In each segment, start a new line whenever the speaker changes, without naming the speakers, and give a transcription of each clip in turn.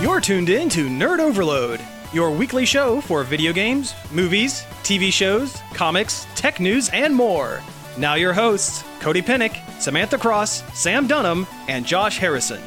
You're tuned in to Nerd Overload, your weekly show for video games, movies, TV shows, comics, tech news, and more. Now, your hosts, Cody Pennick, Samantha Cross, Sam Dunham, and Josh Harrison.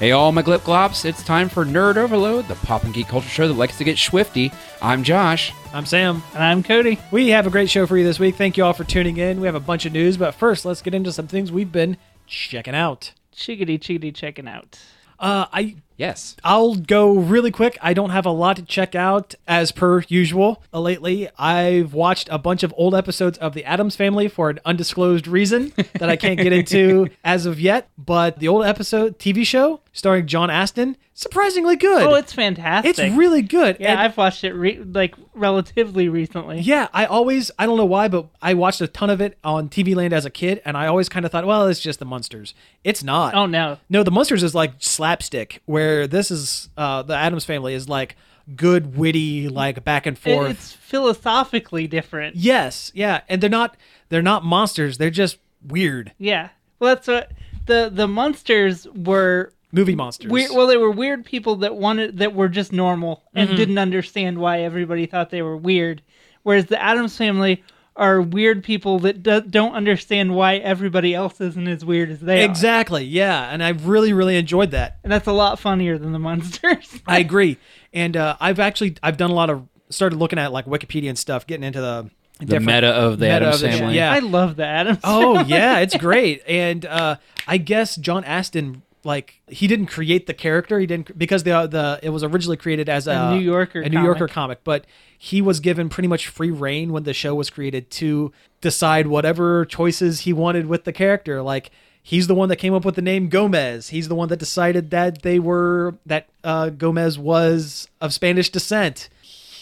Hey, all my glip glops, it's time for Nerd Overload, the pop and geek culture show that likes to get swifty. I'm Josh.
I'm Sam.
And I'm Cody.
We have a great show for you this week. Thank you all for tuning in. We have a bunch of news, but first, let's get into some things we've been checking out.
Chickadee chickadee checking out.
Uh, I
Yes.
I'll go really quick. I don't have a lot to check out as per usual. Uh, lately, I've watched a bunch of old episodes of The Adams Family for an undisclosed reason that I can't get into as of yet. But the old episode TV show starring John Aston, surprisingly good.
Oh, it's fantastic.
it's really good.
Yeah,
And-
I've watched it re- like relatively recently.
Yeah, I always I don't know why, but I watched a ton of it on TV Land as a kid, and I always kind of thought, well, it's just the monsters. It's not.
Oh no.
No, the monsters is like slapstick, where this is uh the Adams family is like good witty, like back and
It-
forth.
it's philosophically different. Yeah.
yes, yeah, and they're not they're not monsters. They're just weird
Well, that's what the the monsters were.
movie monsters.
Weird, well, they were weird people that wanted that were just normal and
Mm-hmm.
didn't understand why everybody thought they were weird. Whereas the Adams family are weird people that do, don't understand why everybody else isn't as weird as they are.
exactly, yeah, and I really really enjoyed that.
And that's a lot funnier than the monsters.
I agree. And uh, I've actually I've done a lot of started looking at like Wikipedia and stuff, getting into the
The meta of the
meta
Adams
of the-
family.
yeah.
I love the Adams.
Oh yeah, it's great. And uh, I guess John Aston like he didn't create the character. He didn't because the the it was originally created as a,
New Yorker
a New Yorker comic, but he was given pretty much free reign when the show was created to decide whatever choices he wanted with the character. Like he's the one that came up with the name Gomez. He's the one that decided that they were that uh, Gomez was of Spanish descent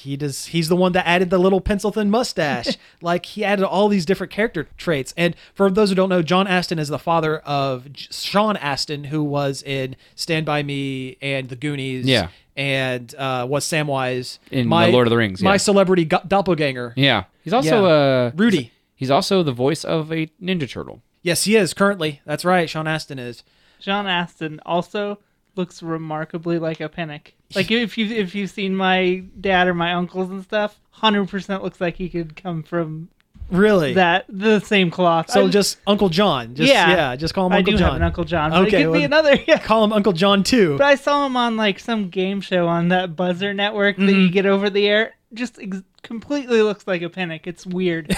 he does he's the one that added the little pencil thin mustache like he added all these different character traits and for those who don't know john aston is the father of J- sean aston who was in stand by me and the goonies
Yeah.
and uh was samwise
In The Lord of the Rings,
my
yeah.
celebrity go- doppelganger
Yeah. He's also uh
rudy
he's also the voice of a Ninja Turtle.
yes he is currently that's right sean aston is
John Aston also looks remarkably like a Pennick. Like if you if you've seen my dad or my uncles and stuff, hundred percent looks like he could come from
really
that the same cloth.
so
I-
just uncle john just yeah,
Yeah.
just call him
I
uncle
do
john
have an Uncle John.
Okay,
But it could
well-
be another. Yeah.
call him uncle john too
But I saw him on like some game show on that buzzer network that
Mm-hmm.
you get over the air. Just ex- completely looks like a Pennick. It's weird.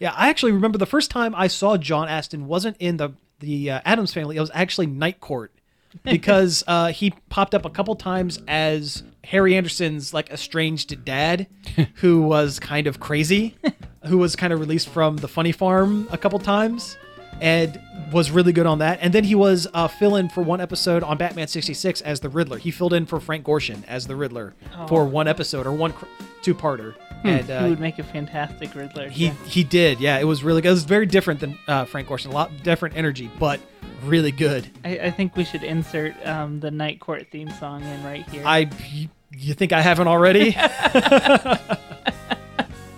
Yeah, I actually remember the first time I saw John Aston wasn't in the the uh, Adams Family. It was actually Night Court because uh, he popped up a couple times as Harry Anderson's like estranged dad, who was kind of crazy, who was kind of released from the Funny Farm a couple times, and was really good on that. And then he was uh, fill in for one episode on Batman sixty six as the Riddler. He filled in for Frank Gorshin as the Riddler for one episode or one two parter. And uh,
he would make a fantastic Riddler.
he
yeah.
he did. Yeah, it was really good. It was very different than uh, Frank Gorshin. A lot different energy, but really good.
I, I think we should insert um, the Night Court theme song in right here.
I you- you think I haven't already?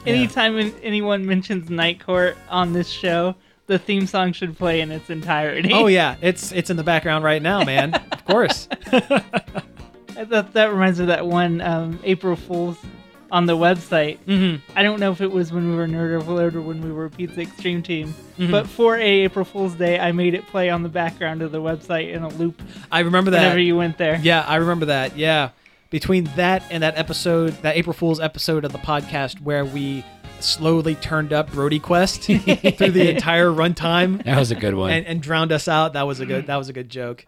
Anytime an- anyone mentions Night Court on this show, the theme song should play in its entirety.
oh yeah, it's it's in the background right now, man. Of course.
I thought that reminds me of that one um, April Fool's on the website. Mm-hmm. I don't know if it was when we were Nerd Overload or when we were Pizza Extreme Team,
Mm-hmm.
but for a April Fool's Day, I made it play on the background of the website in a loop
I remember that.
whenever you went there.
Yeah, I remember that. Yeah. Between that and that episode, that April Fool's episode of the podcast where we slowly turned up Brody Quest through the entire runtime
That was a good one.
and, and drowned us out. That was a good that was a good joke.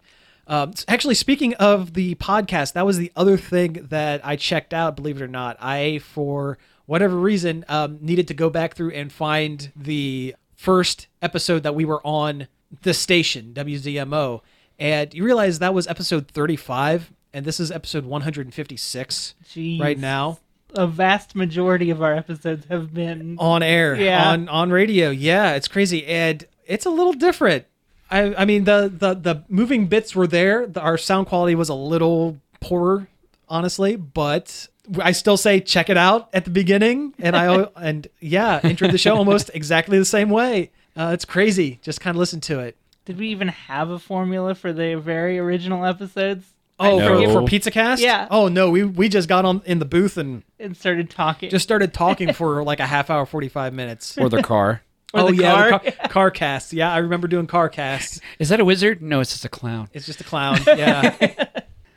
Um, s- actually, speaking of the podcast, that was the other thing that I checked out. Believe it or not, I for whatever reason um, needed to go back through and find the first episode that we were on the station WZMO, and you realize that was episode thirty-five, and this is episode one hundred and fifty-six
Jeez.
right now
A vast majority of our episodes have been.
on air
Yeah.
on on radio yeah it's crazy and it's a little different i i mean the the the moving bits were there the, our sound quality was a little poorer honestly but i still say check it out at the beginning and i al- and yeah entered the show almost exactly the same way uh, it's crazy just kind of listen to it
Did we even have a formula for the very original episodes?
Oh,
No.
for, for PizzaCast?
Yeah.
Oh no, we we just got on in the booth and
and started talking.
just started talking for like a half hour, forty five minutes.
or the car.
Or
oh
the
yeah,
car.
the car, car casts. Yeah, I remember doing car casts.
Is that a wizard? No, it's just a clown.
It's just a clown. Yeah,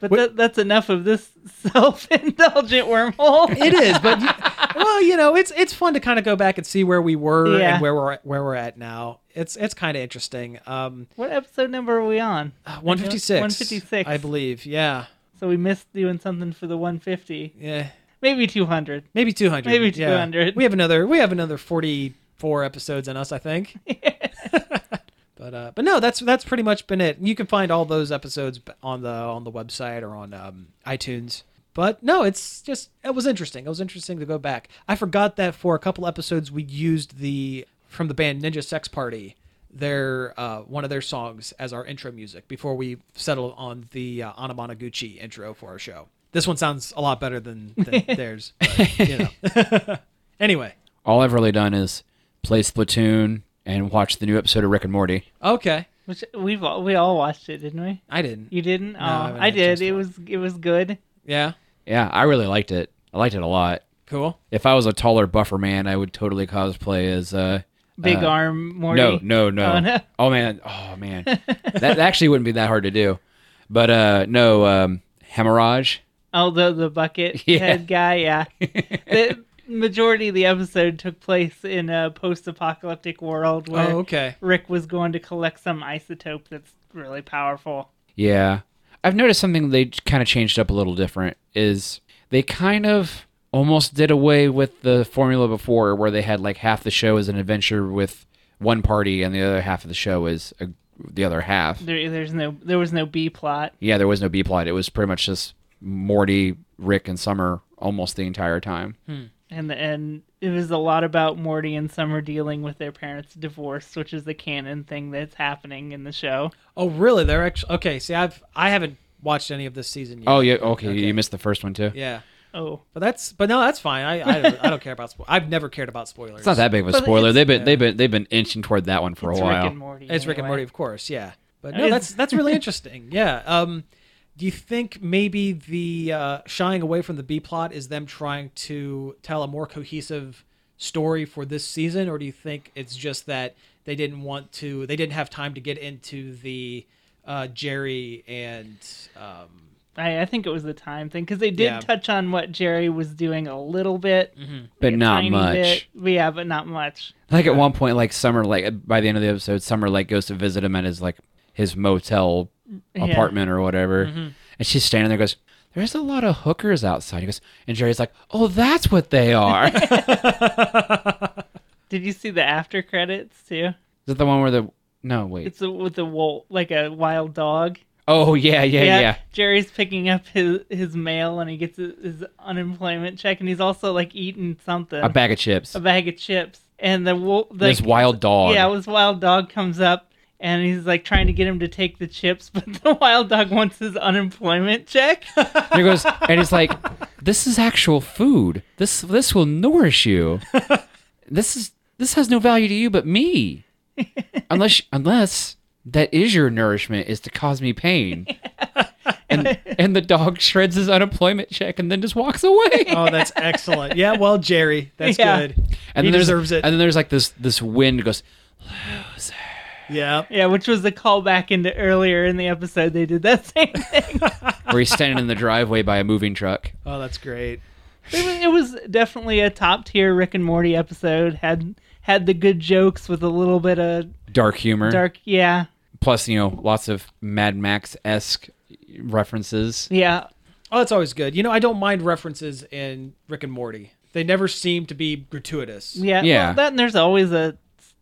but that, that's enough of this self-indulgent wormhole.
it is. But you- well, you know, it's it's fun to kind of go back and see where we were
Yeah.
and where we're at, where we're at now. It's it's kind of interesting. Um,
what episode number are we on?
Uh, one fifty six.
156.
I believe. Yeah,
So we missed doing something for the 150.
yeah,
Maybe 200.
maybe two hundred.
Maybe 200.
We have another. We have another forty four episodes in us, I think. But, uh, but no, that's that's pretty much been it. You can find all those episodes b- on the on the website or on um, iTunes. But no, it's just it was interesting. It was interesting to go back. I forgot that for a couple episodes we used the from the band Ninja Sex Party their uh, one of their songs as our intro music before we settled on the uh, Anamanaguchi intro for our show. This one sounds a lot better than, than theirs. But, you know. anyway,
All I've really done is play Splatoon and watch the new episode of Rick and Morty.
okay,
Which we've all, we all watched it, didn't we?
I didn't.
You didn't?
I
oh,
haven't
I
had a chance
did.
to
It
watch
was it was good.
Yeah,
Yeah, I really liked it. I liked it a lot.
cool.
If I was a taller, buffer man, I would totally cosplay as uh,
Big
uh,
arm Morty.
No, no, no.
Oh, no.
Oh man, oh man, that, that actually wouldn't be that hard to do. But uh, no, um, hemorrhage.
Oh, the the bucket
Yeah.
head guy. Yeah. the majority of the episode took place in a post-apocalyptic world where
Oh, okay.
Rick was going to collect some isotope that's really powerful.
Yeah, I've noticed something they kind of changed up a little different is they kind of almost did away with the formula before where they had like half the show is an adventure with one party and the other half of the show is a, the other half.
There, there's no there was no B plot.
Yeah, there was no B plot. It was pretty much just Morty, Rick, and Summer almost the entire time.
Hmm. and and it was a lot about Morty and Summer dealing with their parents' divorce, which is the canon thing that's happening in the show.
Oh, really? They're actually okay. See, I've I haven't watched any of this season yet.
Oh yeah, okay, You missed the first one too.
yeah,
Oh,
but that's but no, that's fine. I I don't, I don't care about spo- I've never cared about spoilers.
It's not that big of a
But
spoiler.
it's-
They've been they've been they've been inching toward that one for
it's
a while.
Rick and Morty.
It's Rick and Morty,
anyway.
of course. Yeah, but no,
It's-
that's that's really interesting. Yeah. Um, do you think maybe the uh, shying away from the B plot is them trying to tell a more cohesive story for this season, or do you think it's just that they didn't want to? They didn't have time to get into the uh, Jerry and um,
I, I think it was the time thing because they did
Yeah. Mm-hmm.
touch on what Jerry was doing a little bit,
but
a
not
tiny
much.
bit. Yeah, but not much.
Like at one point, like Summer, like by the end of the episode, Summer like goes to visit him at his like his motel
Yeah. Mm-hmm.
apartment or whatever, and she's standing there goes. There's a lot of hookers outside. He goes, and Jerry's like, "Oh, that's what they are." Is
Did you see the after credits too?
it the one where the no wait?
It's a, with a wolf, like a wild dog.
oh yeah, yeah, yeah,
Jerry's picking up his his mail and he gets his, his unemployment check, and he's also like eating something.
A bag of chips.
a bag of chips, and the wolf. The,
this wild dog.
Yeah, this wild dog comes up, and he's like trying to get him to take the chips, but the wild dog wants his unemployment check.
And he goes, and he's like, "This is actual food. This this will nourish you. This is this has no value to you but me, unless unless that is your nourishment is to cause me pain." And and the dog shreds his unemployment check and then just walks away.
Oh, that's excellent. Yeah, well, Jerry, that's
Yeah.
good.
And
he
then there's-
deserves it.
And then there's like this this wind goes.
yeah.
yeah, which was the callback into earlier in the episode. They did that same thing.
Where he's standing in the driveway by a moving truck.
Oh, that's great.
it, was, it was definitely a top tier Rick and Morty episode. Had had the good jokes with a little bit of
Dark humor.
dark. Yeah,
Plus, you know, lots of Mad Max esque references.
yeah.
Oh, that's always good. You know, I don't mind references in Rick and Morty. They never seem to be gratuitous.
Yeah,
Yeah.
Well, that and there's always a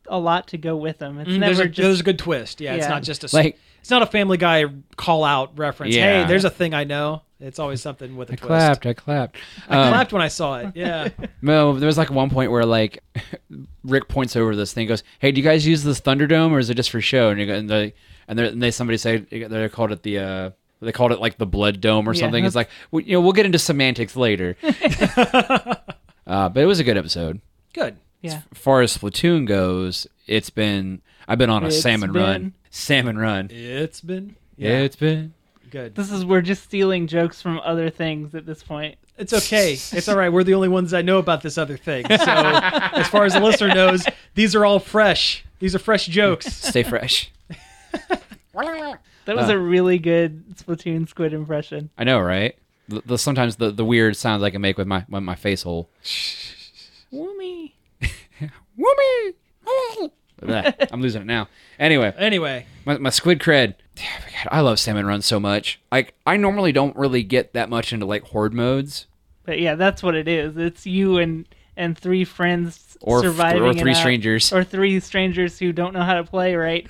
a lot to go with them. It's
Mm, There's a,
never just
there's a good twist. Yeah, it's
Yeah.
not just a s-
Like-
it's not a Family Guy call out reference.
Yeah.
Hey, there's a thing I know. It's always something with a
I
twist.
clapped. I clapped.
I
Um,
clapped when I saw it. Yeah.
No, there was like one point where like Rick points over this thing, goes, "Hey, do you guys use this Thunderdome or is it just for show?" And you go, and they and, they're- and they somebody said they called it the uh, they called it like the Blood Dome or
Yeah.
something. It's like we, you know we'll get into semantics later. uh, but it was a good episode.
good.
yeah.
As far as Splatoon goes, it's been I've been on a
It's
salmon
been-
run, salmon run.
It's been
It's been
Good.
This is we're just stealing jokes from other things at this point.
It's okay. It's all right. We're the only ones that know about this other thing. So, as far as the listener knows, these are all fresh. These are fresh jokes.
Stay fresh.
That was
Uh.
a really good Splatoon squid impression.
I know, right? The, the sometimes the, the weird sounds I can make with my with my face hole.
Woomy.
Whoopee! Bleh, I'm losing it now. Anyway,
Anyway,
my, my squid cred. God, I love salmon run so much. Like I normally don't really get that much into like horde modes
But yeah, that's what it is. It's you and and three friends
or f-
surviving
or
it
three
out.
strangers.
or three strangers who don't know how to play right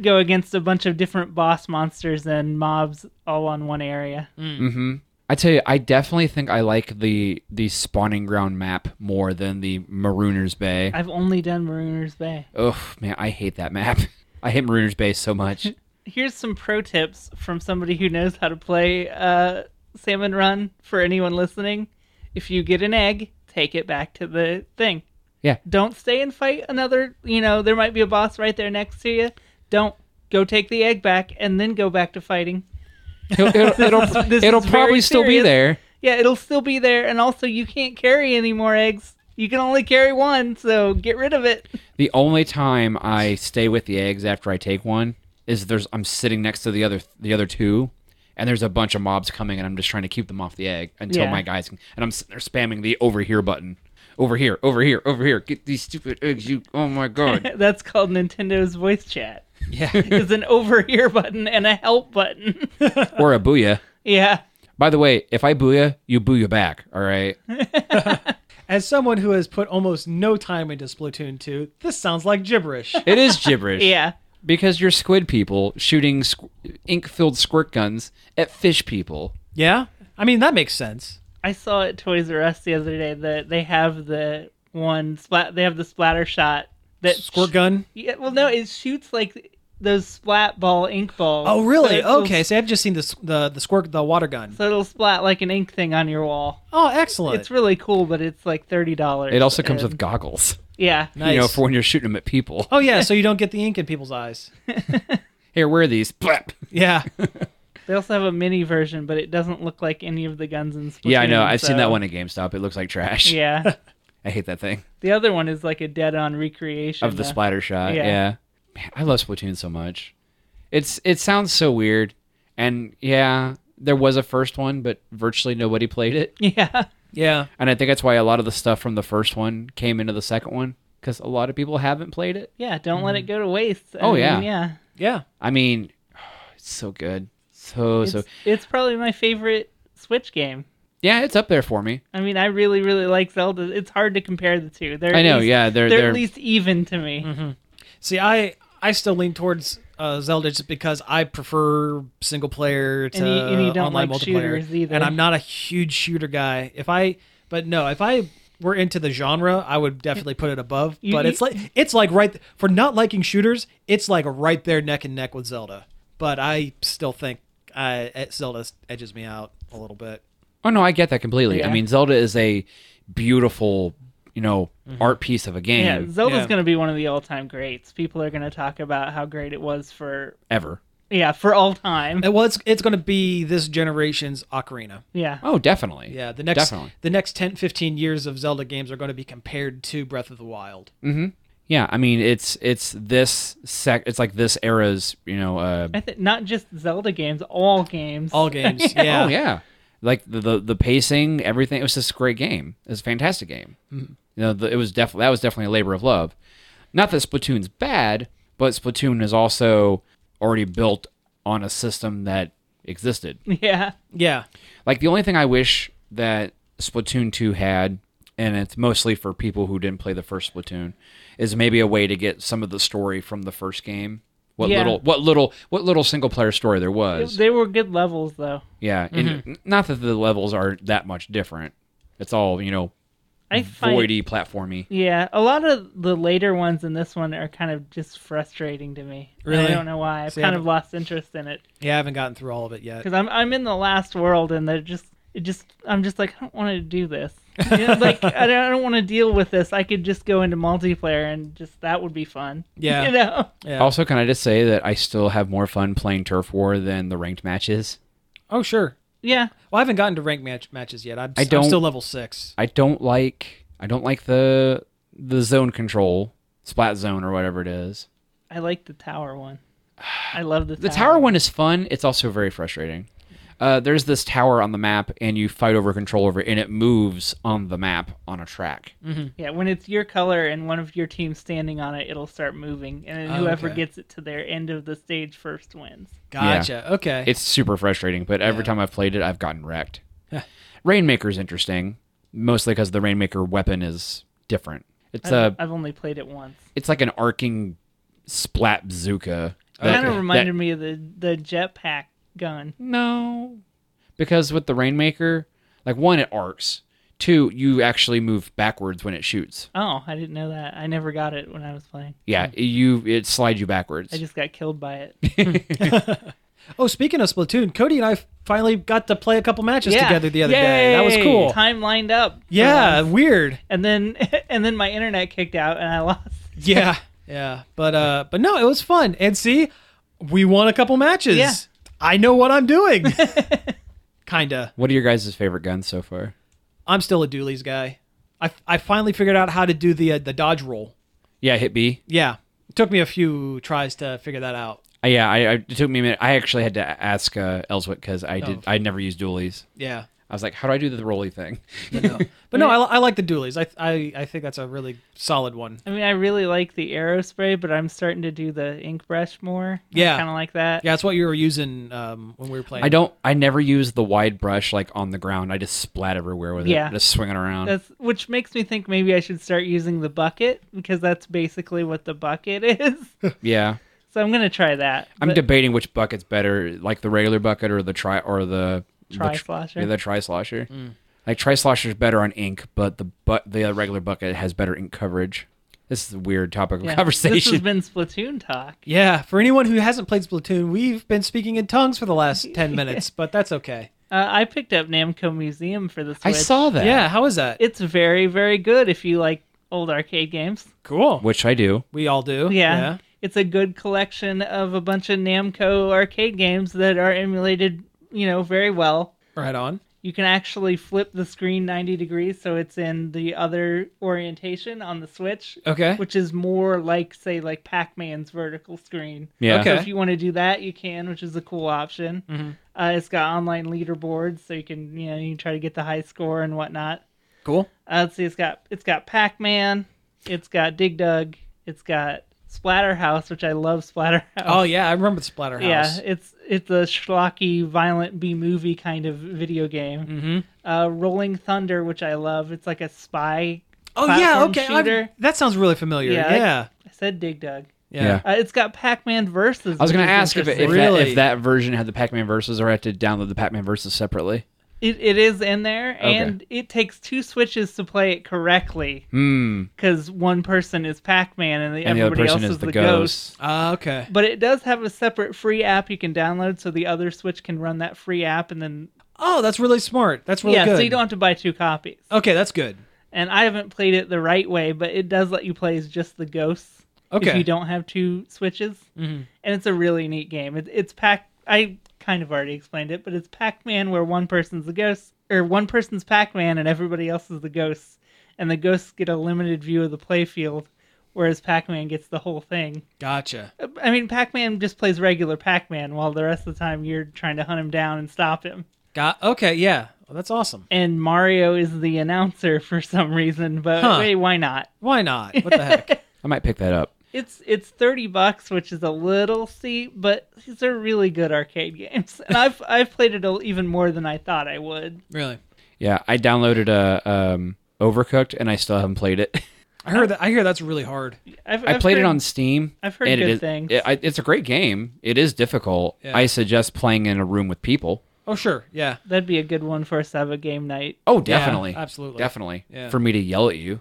go against a bunch of different boss monsters and mobs all on one area.
hmm I tell you, I definitely think I like the the spawning ground map more than the Marooner's Bay.
I've only done Marooner's Bay.
Oh man, I hate that map. I hate Marooner's Bay so much.
Here's some pro tips from somebody who knows how to play uh, Salmon Run for anyone listening. If you get an egg, take it back to the thing.
Yeah.
Don't stay and fight another. You know, there might be a boss right there next to you. Don't go take the egg back and then go back to fighting.
It'll, it'll, it'll,
this
it'll
is very
probably still be
serious.
there.
Yeah, it'll still be there, and also you can't carry any more eggs. You can only carry one, so get rid of it.
The only time I stay with the eggs after I take one is there's I'm sitting next to the other the other two, and there's a bunch of mobs coming, and I'm just trying to keep them off the egg until
Yeah.
my guys can. And I'm sitting there spamming the over here button, over here, over here, over here. Get these stupid eggs, you! Oh my god!
That's called Nintendo's voice chat.
yeah,
It's an over here button and a help button.
or a booyah.
yeah.
By the way, if I booyah, you booyah back. All right.
as someone who has put almost no time into Splatoon 2, this sounds like gibberish.
It is gibberish.
Yeah.
Because you're squid people shooting squ- ink-filled squirt guns at fish people.
Yeah? I mean, that makes sense.
I saw at Toys R Us the other day that they have the one splat they have the splatter shot that
Squirt gun.
Yeah, well no, it shoots like those splat ball ink balls.
Oh,
So
really?
it'll-
Okay, so I've just seen the, the, the squirt, the water gun.
So it'll splat like an ink thing on your wall.
Oh, excellent.
It's really cool, but it's like thirty dollars.
It also comes with goggles.
yeah.
nice.
You know, for when you're shooting them at people.
oh, yeah, so you don't get the ink in people's eyes.
Here, wear these. Blap.
Yeah.
They also have a mini version, but it doesn't look like any of the guns in Splatoon.
Yeah, I know. I've seen
so-
that one at GameStop. It looks like trash.
Yeah,
I hate that thing
the other one is like a dead-on recreation
of the
though.
splatter shot.
Yeah.
Yeah. Man, I love Splatoon so much. It's it sounds so weird, and yeah, there was a first one, but virtually nobody played it,
Yeah,
Yeah.
and I think that's why a lot of the stuff from the first one came into the second one because a lot of people haven't played it.
yeah. Don't let it go to waste. I
Oh, yeah.
mean, yeah.
Yeah.
I mean, it's so good, so
It's,
so
it's probably my favorite Switch game.
yeah, it's up there for me.
I mean, I really, really like Zelda. It's hard to compare the two. They're
I
at
know,
least-
yeah,
they're,
they're
at
they're
least even to me.
See, I I still lean towards uh, Zelda just because I prefer single player to
And you- and you don't
online
like
multiplayer,
shooters either.
and I'm not a huge shooter guy. If I, but no, if I were into the genre, I would definitely put it above.
You-
but
you-
it's like it's like right for not liking shooters, it's like right there neck and neck with Zelda. But I still think I, eh, Zelda edges me out a little bit.
Oh no, I get that completely.
Yeah.
I mean, Zelda is a beautiful, you know, art piece of a game
Mm-hmm. Yeah, Zelda's
Yeah.
gonna be one of the all-time greats. People are gonna talk about how great it was for
ever.
yeah for all time.
And well, it's it's going to be this generation's Ocarina.
Yeah,
Oh, definitely.
Yeah, the next
Definitely.
the next 10 15 years of Zelda games are going to be compared to Breath of the Wild.
Yeah, I mean, it's it's this sec. It's like this era's, you know. Uh,
I think not just Zelda games, all games.
All games. Yeah.
Oh yeah, like the, the the pacing, everything. It was just a great game. It was a fantastic game.
Mm-hmm.
You know, the, it was definitely that was definitely a labor of love. Not that Splatoon's bad, but Splatoon is also already built on a system that existed.
Yeah.
Yeah.
Like the only thing I wish that Splatoon 2 had, and it's mostly for people who didn't play the first Splatoon, is maybe a way to get some of the story from the first game. What
Yeah.
little, what little, what little single player story there was.
They were good levels, though.
yeah, and not that the levels are that much different. It's all you know,
I
Mm-hmm.
find,
voidy platformy.
Yeah, a lot of the later ones in this one are kind of just frustrating to me.
Really?
I don't know why. I've
See, I
kind of
don't-
lost interest in it
Yeah, I haven't gotten through all of it yet.
because I'm I'm in the last world and they're just it just I'm just like I don't want to do this. You know, like I don't, I don't want to deal with this. I could just go into multiplayer and just that would be fun.
Yeah.
you know.
Yeah.
Also, can I just say that I still have more fun playing turf war than the ranked matches?
Oh sure.
Yeah,
Well, I haven't gotten to rank match matches yet. I'm,
I
I
don't-
am still level six.
I don't like I don't like the the zone control, splat zone or whatever it is.
I like the tower one. I love the tower.
The tower one is fun. It's also very frustrating. Uh, there's this tower on the map, and you fight over control over, it, and it moves on the map on a track.
Yeah, when it's your color and one of your team standing on it, it'll start moving, and then
Oh,
whoever
okay.
gets it to their end of the stage first wins.
Gotcha. Okay.
It's super frustrating, but every time I've played it, I've gotten wrecked. Rainmaker's interesting, mostly because the Rainmaker weapon is different. It's
I've,
a
I've only played it once.
it's like an arcing splat bazooka.
It kind
that-
of
that-
Oh, reminded me of the the jetpack gun.
No. Because with the Rainmaker, like one, it arcs. Two, you actually move backwards when it shoots.
Oh, I didn't know that. I never got it when I was playing.
Yeah, you it slides you backwards.
Mm. I just got killed by it.
oh, speaking of Splatoon, Cody and I finally got to play a couple matches
Yeah.
together the other day. That was
Yay.
cool.
Time lined up. for
Yeah.
once.
Weird.
and then and then my internet kicked out, and I lost.
Yeah. yeah. But uh, but no, it was fun. And see, we won a couple matches.
Yeah.
I know what I'm doing. Kinda.
what are your guys' favorite guns so far?
I'm still a Dooley's guy. I, I finally figured out how to do the uh, the dodge roll.
Yeah, hit B.
Yeah. It took me a few tries to figure that out.
Uh, Yeah, I, I it took me a minute. I actually had to ask uh, Elswick because I
Oh.
did I never used dualies.
Yeah.
I was like, how do I do the rolly thing?
But no, I, I like the dualies. I, I I think that's a really solid one.
I mean, I really like the arrow spray, but I'm starting to do the ink brush more.
Yeah.
kind of like that.
Yeah, that's what you were using um, when we were playing.
I don't. I never use the wide brush like on the ground. I just splat everywhere with
Yeah.
it, just swinging around.
That's which makes me think maybe I should start using the bucket because that's basically what the bucket is.
yeah,
so I'm gonna try that.
I'm
but
debating which bucket's better, like the regular bucket or the tri or the the tr-
Tri-slosher?
yeah, the tri slosher. Like tri slosher's better on ink, but the but the regular bucket has better ink coverage. This is a weird topic of
yeah. This
conversation.
has been Splatoon talk.
Yeah, for anyone who hasn't played Splatoon, we've been speaking in tongues for the last 10 minutes, but that's okay.
Uh, I picked up Namco Museum for the Switch.
I saw that.
Yeah, how is that?
It's very very good if you like old arcade games.
cool.
which I do.
We all do.
Yeah. It's a good collection of a bunch of Namco arcade games that are emulated, you know, very well.
Right on.
You can actually flip the screen 90 degrees so it's in the other orientation on the Switch,
Okay.
which is more like, say, like Pac Man's vertical screen.
Yeah.
Okay.
So if you want to do that, you can, which is a cool option. Uh, it's got online leaderboards, so you can, you know, you can try to get the high score and whatnot.
Cool.
Uh, let's see, it's got it's got Pac Man, it's got Dig Dug, it's got Splatterhouse, which I love Splatterhouse.
Oh, yeah, I remember the Splatterhouse.
yeah, it's it's a schlocky, violent B movie kind of video game. Mm-hmm. Uh, Rolling Thunder, which I love. It's like a spy.
Oh, yeah,
platform
okay. I've-
Shooter.
that sounds really familiar.
Yeah, I-
Yeah. Yeah.
I said Dig Dug.
Yeah.
Uh, it's got Pac Man versus.
I was
which
gonna
is
ask if it, if,
interesting.
that,
Really?
if that version had the Pac-Man versus, or I had to download the Pac-Man versus separately.
It, it is in there, and it takes two switches to play it correctly
Hmm.
because one person is Pac Man and, the
And the other
everybody
person
else
is, the
ghost.
ghost.
Ah, okay.
But it does have a separate free app you can download, so the other Switch can run that free app, and then
Oh, that's really smart. That's really
yeah,
good.
so you don't have to buy two copies.
Okay, that's good.
And I haven't played it the right way, but it does let you play as just the ghosts if
Okay.
you don't have two Switches. Mm-hmm. And it's a really neat game. It, it's Pac. I kind of already explained it, but it's Pac-Man where one person's the ghost, or one person's Pac-Man, and everybody else is the ghosts, and the ghosts get a limited view of the playfield, whereas Pac-Man gets the whole thing.
Gotcha.
I mean, Pac Man just plays regular Pac Man while the rest of the time you're trying to hunt him down and stop him.
Got Okay, yeah. Well, that's awesome.
And Mario is the announcer for some reason, but
Huh.
wait, why not?
Why not? What the heck?
I might pick that up.
It's it's thirty bucks, which is a little steep, but these are really good arcade games, and I've I've played it a- even more than I thought I would.
really?
Yeah, I downloaded a um, Overcooked, and I still haven't played it.
I heard that I hear that's really hard.
I've,
I
I've
played it
heard-
on Steam.
I've heard
and it
good
is-
things.
it- I- it's a great game. It is difficult.
Yeah.
I suggest playing in a room with people.
Oh, sure. Yeah.
That'd be a good one for us to have a game night.
Oh, definitely,
absolutely.
definitely.
Yeah.
For me to yell at you.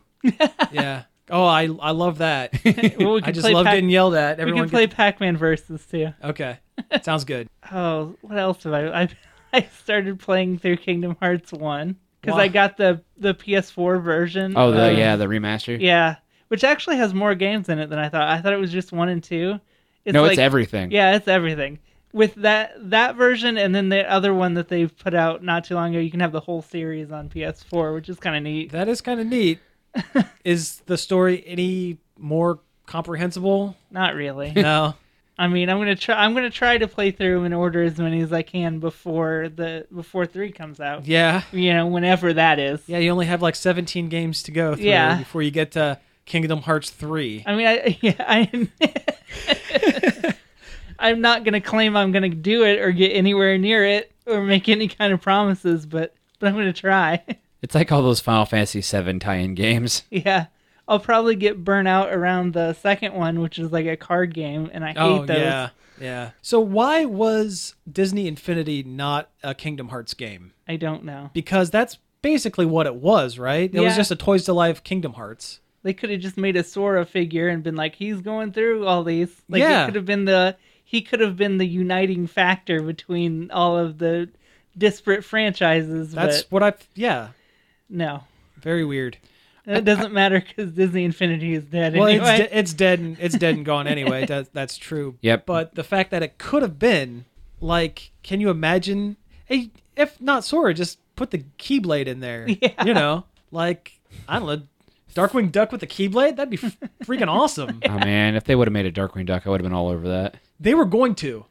Yeah. Oh, I I love that.
Well, we
I
could
just
play
love
Pac-
getting yelled at.
We
Everyone
could play Pac Man versus too.
gets- Okay. Sounds good.
Oh, what else have I? I I started playing through Kingdom Hearts one. because
Why?
I got the the PS4 version.
Oh, the
of-
yeah, the remaster.
yeah, which actually has more games in it than I thought. I thought it was just one and two. It's
no,
like-
it's everything.
Yeah, it's everything. With that that version and then the other one that they've put out not too long ago, you can have the whole series on PS4, which is kind of neat.
That is kind of neat. is the story any more comprehensible?
Not really.
No.
I mean, I'm gonna try. I'm gonna try to play through and order as many as I can before the before three comes out.
Yeah.
You know, whenever that is.
Yeah, you only have like 17 games to go through
Yeah.
before you get to Kingdom Hearts 3.
I mean, I yeah, I. I'm not gonna claim I'm gonna do it or get anywhere near it or make any kind of promises, but but I'm gonna try.
It's like all those Final Fantasy VII tie-in games.
yeah, I'll probably get burnt out around the second one, which is like a card game, and I hate
Oh,
those.
yeah. Yeah. So why was Disney Infinity not a Kingdom Hearts game?
I don't know.
Because that's basically what it was, right? It was
Yeah.
just a Toys to Life Kingdom Hearts.
They could have just made a Sora figure and been like, he's going through all these. Like
Yeah.
it could have been the he could have been the uniting factor between all of the disparate franchises.
That's
but
what I yeah,
no,
very weird.
it doesn't matter because Disney Infinity is dead
Well,
anyway.
it's de- it's dead and it's dead and gone anyway. That, that's true.
Yep.
But the fact that it could have been like, can you imagine? Hey, if not Sora, just put the Keyblade in there.
Yeah.
You know, like I don't know, Darkwing Duck with the Keyblade. That'd be f- freaking awesome.
Oh man, if they would have made a Darkwing Duck, I would have been all over that.
They were going to.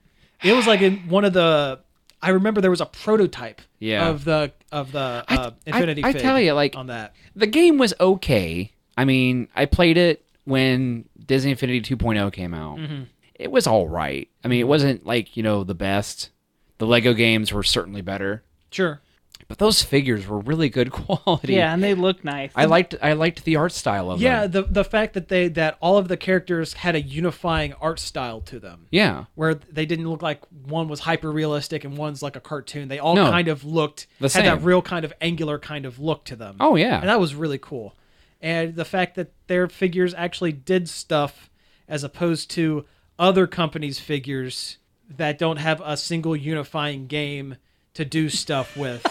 It was like in one of the. I remember there was a prototype
Yeah.
of the of the
I-
uh,
I-
Infinity.
I
Fig
tell ya, like-
on that.
The game was okay. I mean, I played it when Disney Infinity 2.0 came out.
Mm-hmm.
It was all right. I mean, it wasn't like, you know, the best. The Lego games were certainly better,
Sure.
but those figures were really good quality.
yeah, and they look nice.
I liked I liked the art style of
Yeah,
them.
the the fact that they that all of the characters had a unifying art style to them.
Yeah.
where they didn't look like one was hyper realistic and one's like a cartoon. They all
No.
kind of looked
The
had that
same.
real kind of angular kind of look to them.
Oh yeah.
and that was really cool. And the fact that their figures actually did stuff as opposed to other companies' figures that don't have a single unifying game to do stuff with.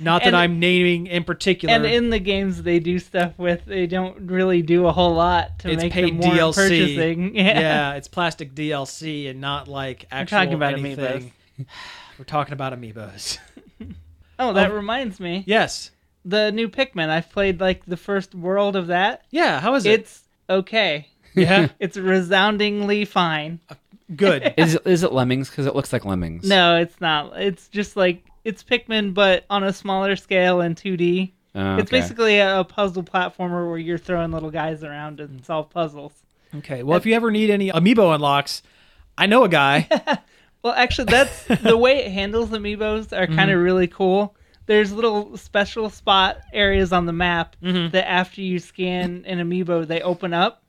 Not that
And-
I'm naming in particular.
and in the games they do stuff with, they don't really do a whole lot to
it's
make
paid
them warrant
DLC.
purchasing. Yeah.
it's plastic DLC and not like actual
talking about
anything. We're talking about amiibos.
Oh, that
Um,
reminds me,
yes.
the new Pikmin. I've played like the first world of that.
Yeah. How is it?
It's okay.
yeah.
It's resoundingly fine.
Good.
Is it, is it Lemmings? Because it looks like Lemmings.
No, it's not. It's just like it's Pikmin, but on a smaller scale and 2D.
Oh,
It's
okay.
basically a a puzzle platformer where you're throwing little guys around and solve puzzles.
Okay. Well, if you ever need any amiibo unlocks, I know a guy.
Well, actually, that's the way it handles amiibos are kind of really cool. There's little special spot areas on the map that after you scan an amiibo, they open up.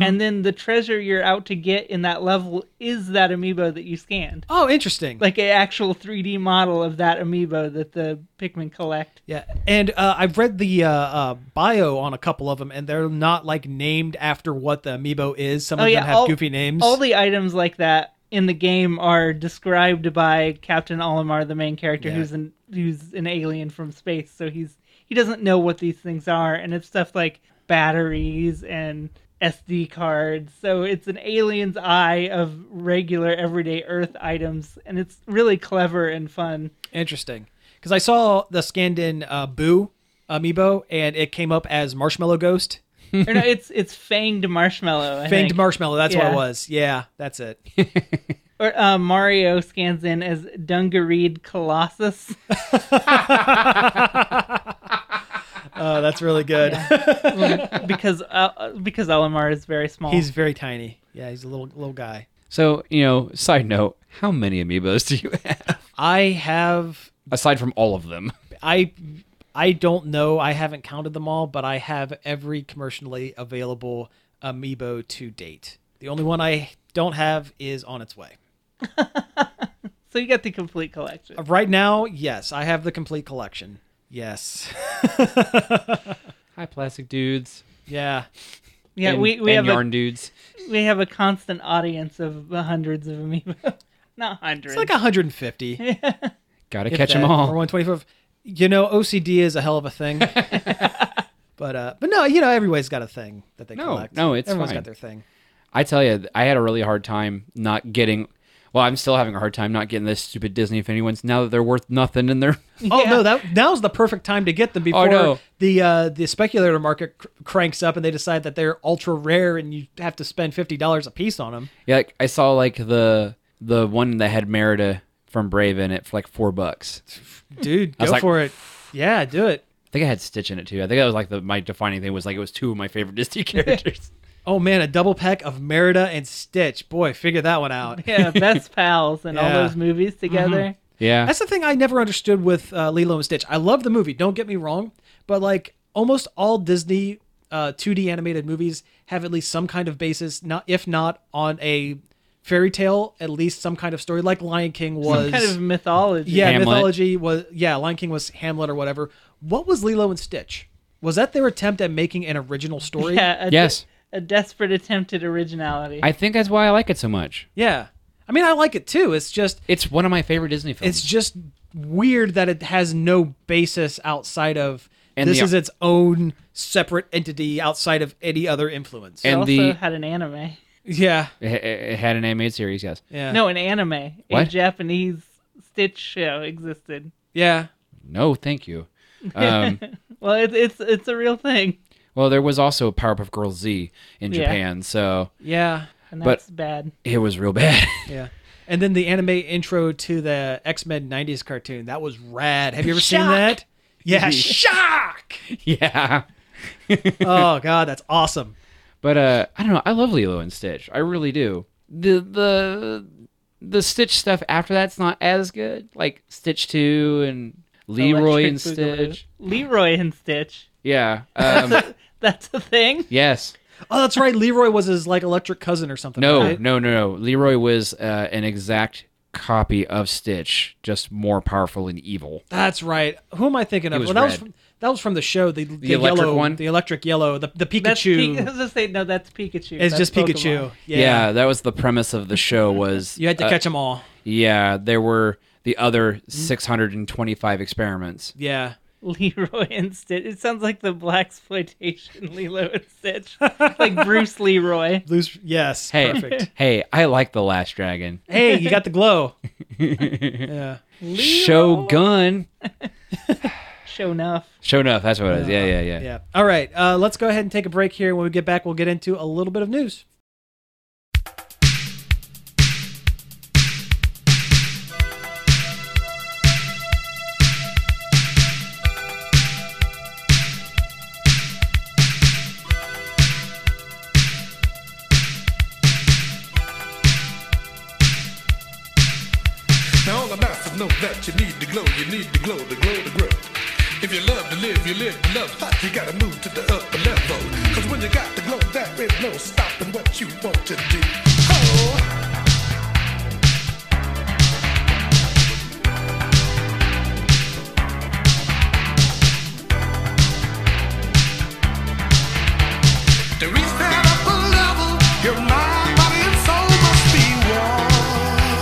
And then the treasure you're out to get in that level is that amiibo that you scanned.
Oh, interesting.
Like an actual 3D model of that amiibo that the Pikmin collect.
yeah. And uh, I've read the uh, uh, bio on a couple of them, and they're not like named after what the amiibo is. Some of them have goofy names.
Oh, All the items like that in the game are described by Captain Olimar, the main character,
Yeah.
who's an who's an alien from space. So he's he doesn't know what these things are, and it's stuff like batteries and SD cards. So it's an alien's eye of regular everyday Earth items, and it's really clever and fun.
interesting. Because I saw the scanned in uh, Boo amiibo, and it came up as Marshmallow Ghost.
or no, it's it's fanged marshmallow. I
Fanged
think.
Marshmallow. That's what
Yeah.
it was. Yeah. That's it.
Or uh, Mario scans in as Dungareed Colossus.
Uh, that's really good.
because uh, because Olimar is very small.
he's very tiny. Yeah. He's a little little guy.
so you know. Side note: How many amiibos do you have
I have
aside from all of them?
I I don't know. I haven't counted them all, but I have every commercially available amiibo to date. The only one I don't have is on its way.
so you got the complete collection.
Right now, yes, I have the complete collection. Yes.
Hi, plastic dudes.
yeah.
Yeah,
and,
we we
and
have
yarn
a,
dudes.
we have a constant audience of hundreds of amiibo. Not hundreds.
It's like 150.
Gotta
if
catch them
that, Or
all.
125. You know, OCD is a hell of a thing. but uh, but no, you know, everybody's got a thing that they
No,
collect.
no, it's
everyone's
fine.
got their thing.
I tell you, I had a really hard time not getting. Well, I'm still having a hard time not getting this stupid Disney Infinity ones now that they're worth nothing and they're.
Oh no, that now's the perfect time to get them before
no.
the uh, the speculator market cr- cranks up and they decide that they're ultra rare and you have to spend fifty dollars a piece on them.
Yeah, like, I saw like the the one that had Merida from Brave in it for like four bucks.
Dude, go
I was like-
for it. Yeah, do it.
I think I had Stitch in it too. I think that was like the my defining thing was like it was two of my favorite Disney characters.
Oh man, a double pack of Merida and Stitch. Boy, figure that one out.
Yeah, best pals and all
Yeah.
those
Mm-hmm.
movies together.
yeah,
That's the thing I never understood with uh, Lilo and Stitch. I love the movie, don't get me wrong, but like almost all Disney uh, 2D animated movies have at least some kind of basis, not if not on a fairy tale, at least some kind of story. Like Lion King was
Kind of mythology.
yeah,
Hamlet.
mythology was yeah, Lion King was Hamlet or whatever. What was Lilo and Stitch? Was that their attempt at making an original story?
Yeah, a de-
Yes.
a desperate attempt at originality.
I think that's why I like it so much.
Yeah. I mean, I like it too. It's just
It's one of my favorite Disney films.
it's just weird that it has no basis outside of
And
this
the-
is its own separate entity outside of any other influence.
It
and
also
the-
had an anime.
yeah,
it, it- it had an animated series, yes.
yeah,
No, an anime. A
What?
Japanese Stitch show existed.
yeah,
No, thank you. Um,
Well, it's it's it's a real thing,
well, there was also Powerpuff Girls Z in
Yeah.
Japan, so
yeah,
and
But-
that's bad.
it was real bad.
yeah. And then the anime intro to the X Men '90s cartoon that was rad. Have you ever seen
Shock.
that? Yeah, shock.
yeah.
Oh god, that's awesome.
But uh, I don't know. I love Lilo and Stitch. I really do. The the the Stitch stuff after that's not as good. Like Stitch Two and Leroy
Electric
and
Boogaloo.
Stitch.
Leroy and Stitch.
Yeah. Um,
That's a thing.
yes.
Oh, that's right. Leroy was his like electric cousin or something.
No.
right?
No. No. No. Leroy was uh, an exact copy of Stitch, just more powerful and evil.
that's right. Who am I thinking of?
was
well, that was
red.
from, that was from the show. The, the,
electric
yellow
one?
the electric yellow, the the Pikachu.
That's Pi- I was gonna say no. That's Pikachu.
It's
That's
just Pikachu.
Pokemon.
Yeah.
that was the premise of the show. Was
You had to
uh,
catch Mm-hmm. them all.
Yeah, there were the other 625 experiments.
Yeah.
Leroy and Stitch. It sounds like the black exploitation Lilo and Stitch, like Bruce Leroy.
Lose. Yes.
Hey,
Perfect.
hey, I like the Last Dragon.
hey, you got the glow. yeah.
Shogun.
Show enough.
Show enough. That's what it is. Yeah, yeah, yeah.
Yeah. All right. Uh, let's go ahead and take a break here. When we get back, we'll get into a little bit of news.
Now all the masters know that you need to glow, you need to glow, to glow, to grow. If you love to live, you live to love hot, you gotta move to the upper level. Cause when you got the glow, there is no stopping what you want to do. Oh. To reach that upper level, your mind, body, and soul must be one.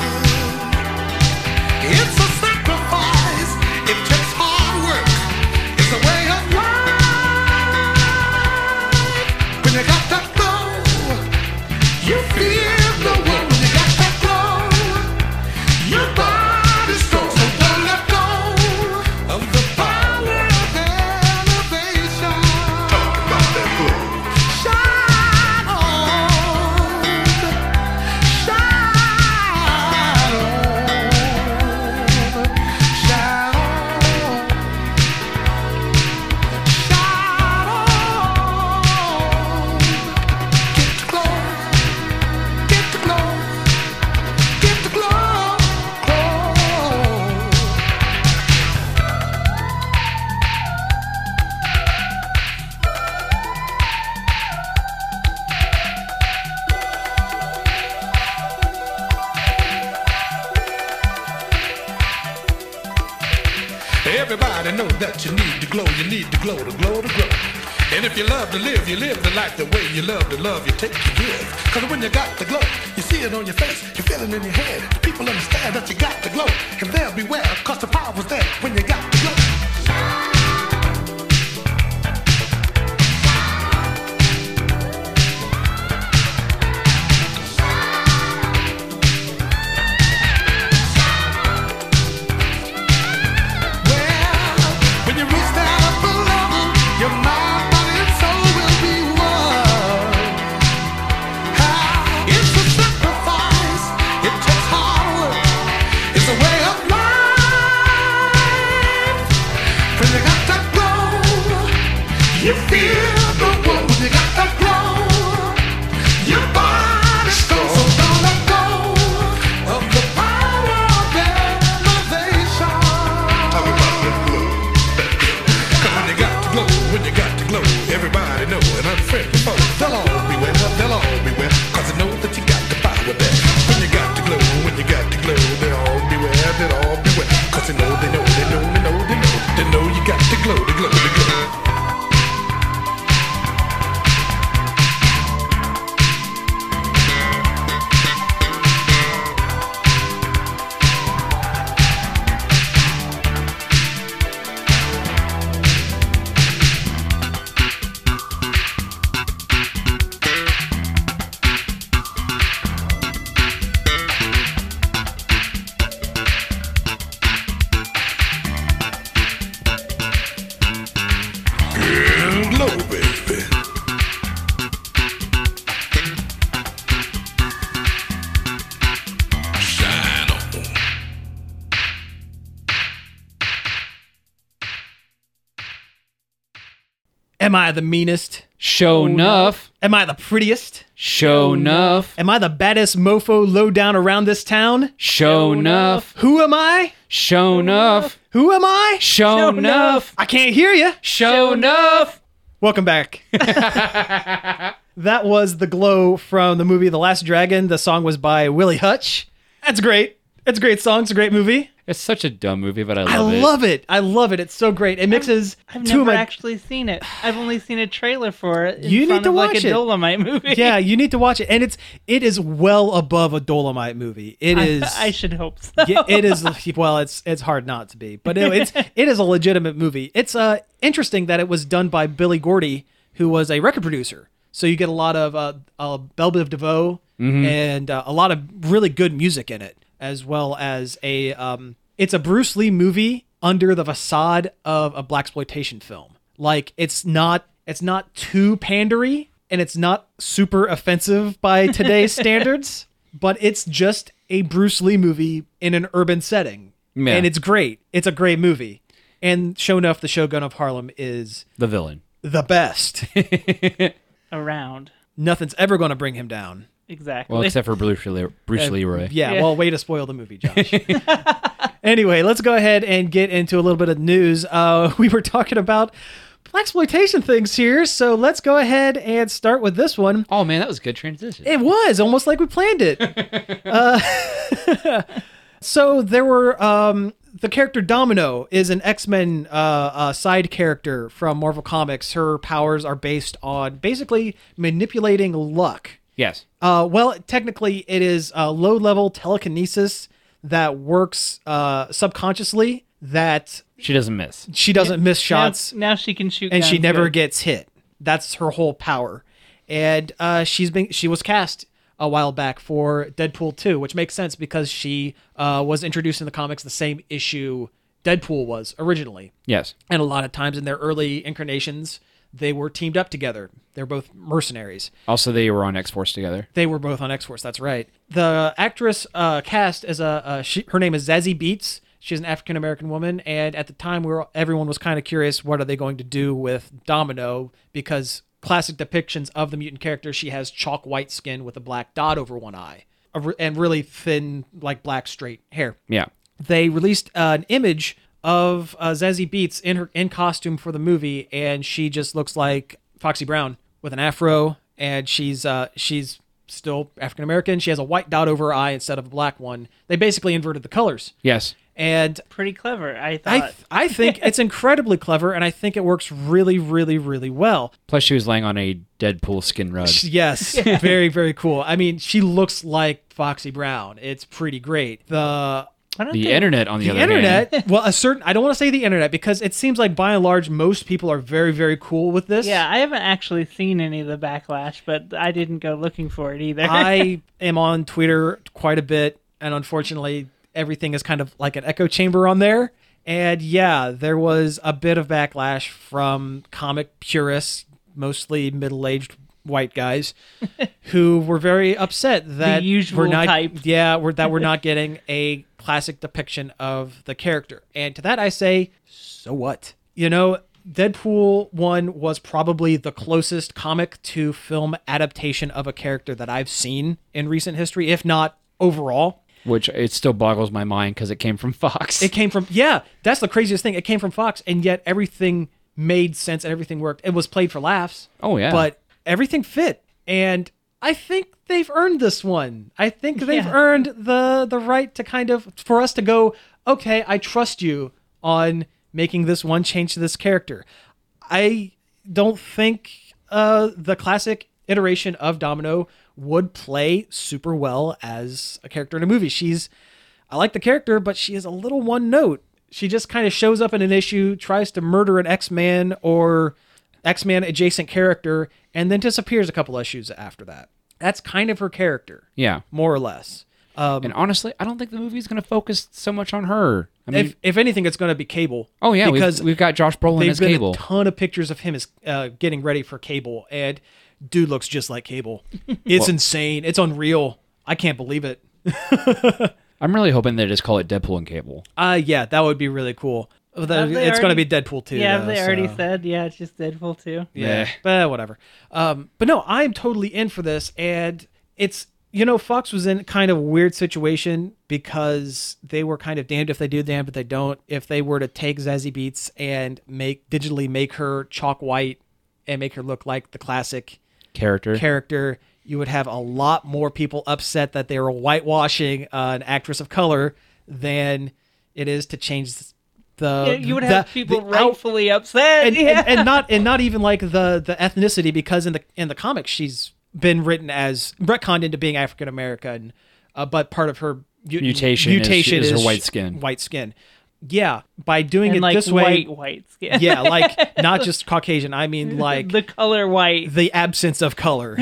It's a sacrifice. It takes hard work. It's a way of life. When you got that glow, you feel no one. When you got that glow, your body's strong. So don't let go of the power of elevation. Talk about that glow. Shine on. Everybody know that you need to glow, you need to glow, to glow, to grow. And if you love to live, you live the life the way you love to love, you take, you give. Cause when you got the glow, you see it on your face, you feel it in your head. People understand that you got the glow, and they'll beware, cause the power's there when you got the glow. When you reach that upper level, your mind, body, and soul will be one. It's a sacrifice. It takes hard work. It's a way of life. When you got that glow, you feel the warmth. When you got that glow, your body glows. So don't let go of the power of elevation. Talk about that glow. Cause when you got the glow, when you got the glow, everybody know and I'm friend before. They'll all beware, they'll all beware, cause they know that you got the power there. When you got the glow, when you got the glow, they'll all beware, they'll all beware, cause they know, they know, they know, they know, they know, they know you got the glow, the glow, the glow. and low, baby. Shine on.
Am I the meanest?
Show enough.
Am I the prettiest?
Show enough.
Am I the baddest mofo low down around this town?
Show enough.
Who am I?
Show enough.
Who am I?
Show enough.
I can't hear you.
Show enough.
Welcome back. that was The Glow from the movie The Last Dragon. The song was by Willie Hutch. That's great. It's a great song. It's a great movie.
It's such a dumb movie, but I
I
love it.
love it. I love it. It's so great. It mixes
I've
two
never
of my
actually seen it. I've only seen a trailer for it. in
You need
front
to
of,
watch
like a
it.
Dolomite movie.
Yeah, you need to watch it. And it's it is well above a Dolomite movie. It is
I should hope so.
yeah, it is well it's it's hard not to be but it, it's it is a legitimate movie it's uh interesting that it was done by billy gordy who was a record producer so you get a lot of uh, uh velvet of devoe and uh, a lot of really good music in it as well as a um it's a bruce lee movie under the facade of a black exploitation film like it's not it's not too pandery and it's not super offensive by today's standards but it's just a Bruce Lee movie in an urban setting.
Yeah.
And it's great. It's a great movie. And show enough, the Shogun of Harlem is
The villain.
the best.
Around.
Nothing's ever going to bring him down.
Exactly.
Well, except for Bruce, Le- Bruce Leroy.
Yeah,
Yeah.
well, way to spoil the movie, Josh. anyway, let's go ahead and get into a little bit of news. Uh, we were talking about black exploitation things here, so let's go ahead and start with this one.
Oh man, that was a good transition.
It was almost like we planned it. uh, so there were um, the character Domino is an X Men uh, uh, side character from Marvel Comics. Her powers are based on basically manipulating luck.
yes.
Uh, well, technically, it is uh, low level telekinesis that works uh, subconsciously that
She doesn't miss.
she doesn't miss
now,
shots
now she can shoot.
and she
guns
never
good.
gets hit. That's her whole power. And uh, she's been she was cast a while back for Deadpool 2, which makes sense because she uh, was introduced in the comics the same issue Deadpool was originally.
Yes.
And a lot of times in their early incarnations, they were teamed up together. They're both mercenaries.
Also, they were on X Force together.
They were both on X Force. That's right. The actress uh, cast as a, a she, her name is Zazie Beats. She's an African American woman, and at the time, we were, everyone was kind of curious what are they going to do with Domino because classic depictions of the mutant character, she has chalk white skin with a black dot over one eye, a re- and really thin, like black straight hair
Yeah.
they released uh, an image of uh, Zazie Beats in her in costume for the movie, and she just looks like Foxy Brown with an afro, and she's uh, she's still African American. She has a white dot over her eye instead of a black one. They basically inverted the colors,
Yes.
and
Pretty clever, I
I
thought.
th- I think it's incredibly clever, and I think it works really, really, really well.
Plus, she was laying on a Deadpool skin rug.
Yes, very, very cool. I mean, she looks like Foxy Brown. It's pretty great. The
Why don't
The
they-
internet, on the,
The
other hand,
internet, well, a certain, I don't want to say the internet because it seems like by and large, most people are very, very cool with this.
Yeah, I haven't actually seen any of the backlash, but I didn't go looking for it either.
I am on Twitter quite a bit, and unfortunately, everything is kind of like an echo chamber on there. And yeah, there was a bit of backlash from comic purists, mostly middle-aged white guys, who were very upset that
usual
we're not,
type.
yeah, we're, that we're not getting a classic depiction of the character. And to that, I say, so what? You know, Deadpool 1 was probably the closest comic to film adaptation of a character that I've seen in recent history, if not overall.
which it still boggles my mind because it came from Fox.
It came from, yeah, that's the craziest thing. It came from Fox, and yet everything made sense and everything worked. It was played for laughs.
Oh, yeah.
But everything fit. And I think they've earned this one. I think they've
Yeah.
earned the the right to kind of for us to go, okay, I trust you on making this one change to this character. I don't think uh, the classic iteration of Domino would play super well as a character in a movie. She's, I like the character, but she is a little one note. She just kind of shows up in an issue, tries to murder an X Man or X Man adjacent character, and then disappears a couple issues after that. That's kind of her character,
yeah.
more or less. Um,
And honestly, I don't think the movie's going to focus so much on her. I mean,
if, if anything, it's going to be Cable.
oh yeah,
because
we've, we've got Josh Brolin
They've
as
been
Cable.
a ton of pictures of him as uh, getting ready for Cable, and dude looks just like Cable. It's insane. It's unreal. I can't believe it.
I'm really hoping they just call it Deadpool and Cable.
Uh yeah, that would be really cool. Although
they
it's going to
already-
be Deadpool too.
yeah,
though,
they already
so-
said. Yeah, it's just Deadpool too.
Yeah,
Meh.
but whatever. Um, but no, I am totally in for this, and it's you know Fox was in kind of a weird situation because they were kind of damned if they do, damned if they don't. If they were to take Zazie Beats and make digitally make her chalk white and make her look like the classic
Character.
character, you would have a lot more people upset that they were whitewashing uh, an actress of color than it is to change Uh, the.
Yeah, you would have
the-
people
the out-
rightfully upset.
and,
yeah.
and, and not and not even like the the ethnicity because in the in the comics she's been written as retconned into being African American, uh, but part of her mu-
Mutation is-
mutation
is her white skin.
White skin, yeah. By doing
And,
it
like
this way,
white, white skin.
yeah, like not just Caucasian. I mean, like
the color white.
the absence of color.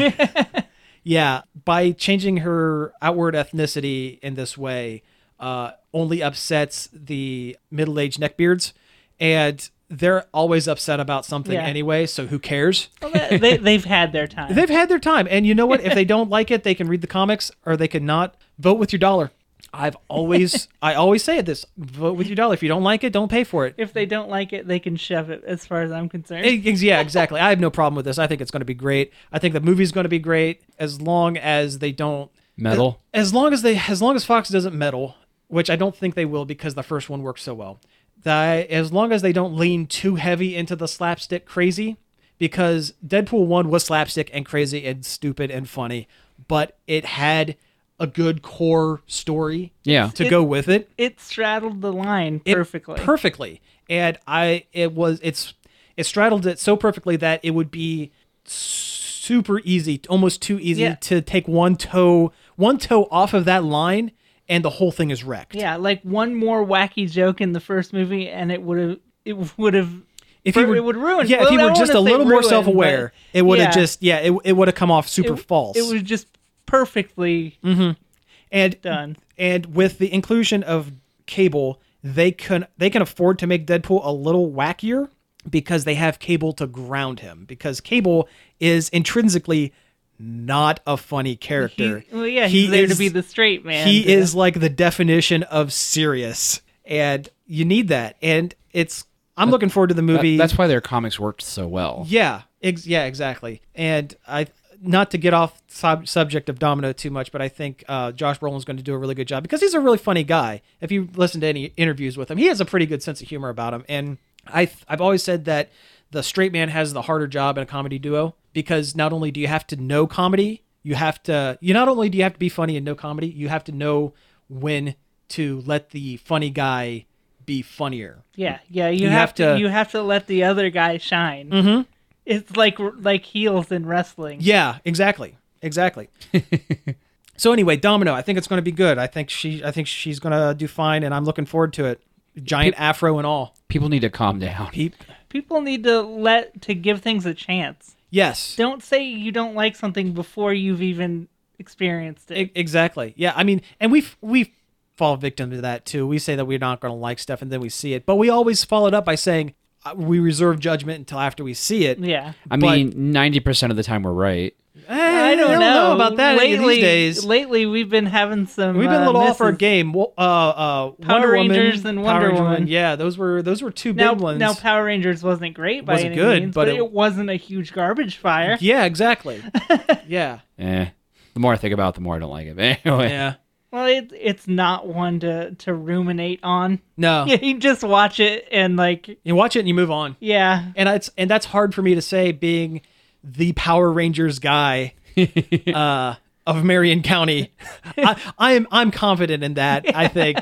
yeah, by changing her outward ethnicity in this way, uh, only upsets the middle-aged neckbeards, and they're always upset about something
Yeah. Oh.
anyway. So who cares?
Well, that- they, they've had their time.
They've had their time, and you know what? If they don't like it, they can read the comics, or they can not vote with your dollar. I've always, I always say this: vote with your dollar. If you don't like it, don't pay for it.
if they don't like it, they can shove it. As far as I'm concerned,
Ex- Yeah, exactly. I have no problem with this. I think it's going to be great. I think the movie's going to be great as long as they don't
Metal.
As long as they, as long as Fox doesn't meddle, which I don't think they will because the first one worked so well. That as long as they don't lean too heavy into the slapstick crazy, because Deadpool one was slapstick and crazy and stupid and funny, but it had a good core story
Yeah.
to go with it
it straddled the line
it
perfectly.
perfectly and i it was it's it straddled it so perfectly that it would be super easy almost too easy
Yeah.
to take one toe one toe off of that line and the whole thing is wrecked
yeah, like one more wacky joke in the first movie, and it would have it would have
if he
Or
were,
it would ruin-
yeah
well,
if he
I
were
don't
just a
wanna say
little more
ruin,
self-aware
but-
it would have
yeah.
just yeah it, it would have come off super false Mm-hmm.
It was just perfectly
and
done.
and with the inclusion of cable they can they can afford to make deadpool a little wackier because they have cable to ground him because cable is intrinsically not a funny character
He- well, yeah, he's there to be the straight man.
he
Yeah.
is like the definition of serious and you need that and it's i'm looking forward to the
That-
movie
that's why their comics worked so well.
yeah, ex- yeah, exactly. And I, not to get off sub- subject of Domino too much, but I think uh, Josh Brolin's going to do a really good job because he's a really funny guy. If you listen to any interviews with him, he has a pretty good sense of humor about him. And I, th- I've always said that the straight man has the harder job in a comedy duo because not only do you have to know comedy, you have to, you not only do you have to be funny and know comedy, you have to know when to let the funny guy be funnier.
Yeah, yeah. You,
You
have,
have
to,
to-
you have to let the other guy shine. Mm-hmm. It's like like heels in wrestling.
Yeah, exactly. Exactly. So anyway, Domino, I think it's going to be good. I think she, I think she's going to do fine, and I'm looking forward to it. Giant afro and all.
People need to calm down.
Peep.
People need to let to give things a chance.
Yes.
Don't say you don't like something before you've even experienced
E-
it.
Exactly. Yeah. I mean, and we we fall victim to that too. We say that we're not going to like stuff, and then we see it, but we always follow it up by saying uh, we reserve judgment until after we see it.
yeah.
I
But-
mean, ninety percent of the time we're right.
Eh, I don't, know. about that any of
lately,
these days.
Lately, we've been having some.
We've been a
uh,
little off our
misses.
game. Well, Uh, uh,
Power
Wonder Woman,
Rangers and Wonder
Power
Woman.
Yeah, those were those were two
Now,
big ones.
now, Power Rangers wasn't great by
Wasn't
any
good,
means,
but
but,
it-
it, wasn't a huge garbage fire.
yeah, exactly. yeah,
Eh. The more I think about it, the more I don't like it. But anyway.
yeah.
Well, it, it's not one to to ruminate on.
No,
Yeah, you just watch it and like,
you watch it and you move on.
yeah,
and it's and that's hard for me to say being the Power Rangers guy uh, of Marion County. I, I am I'm confident in that. I think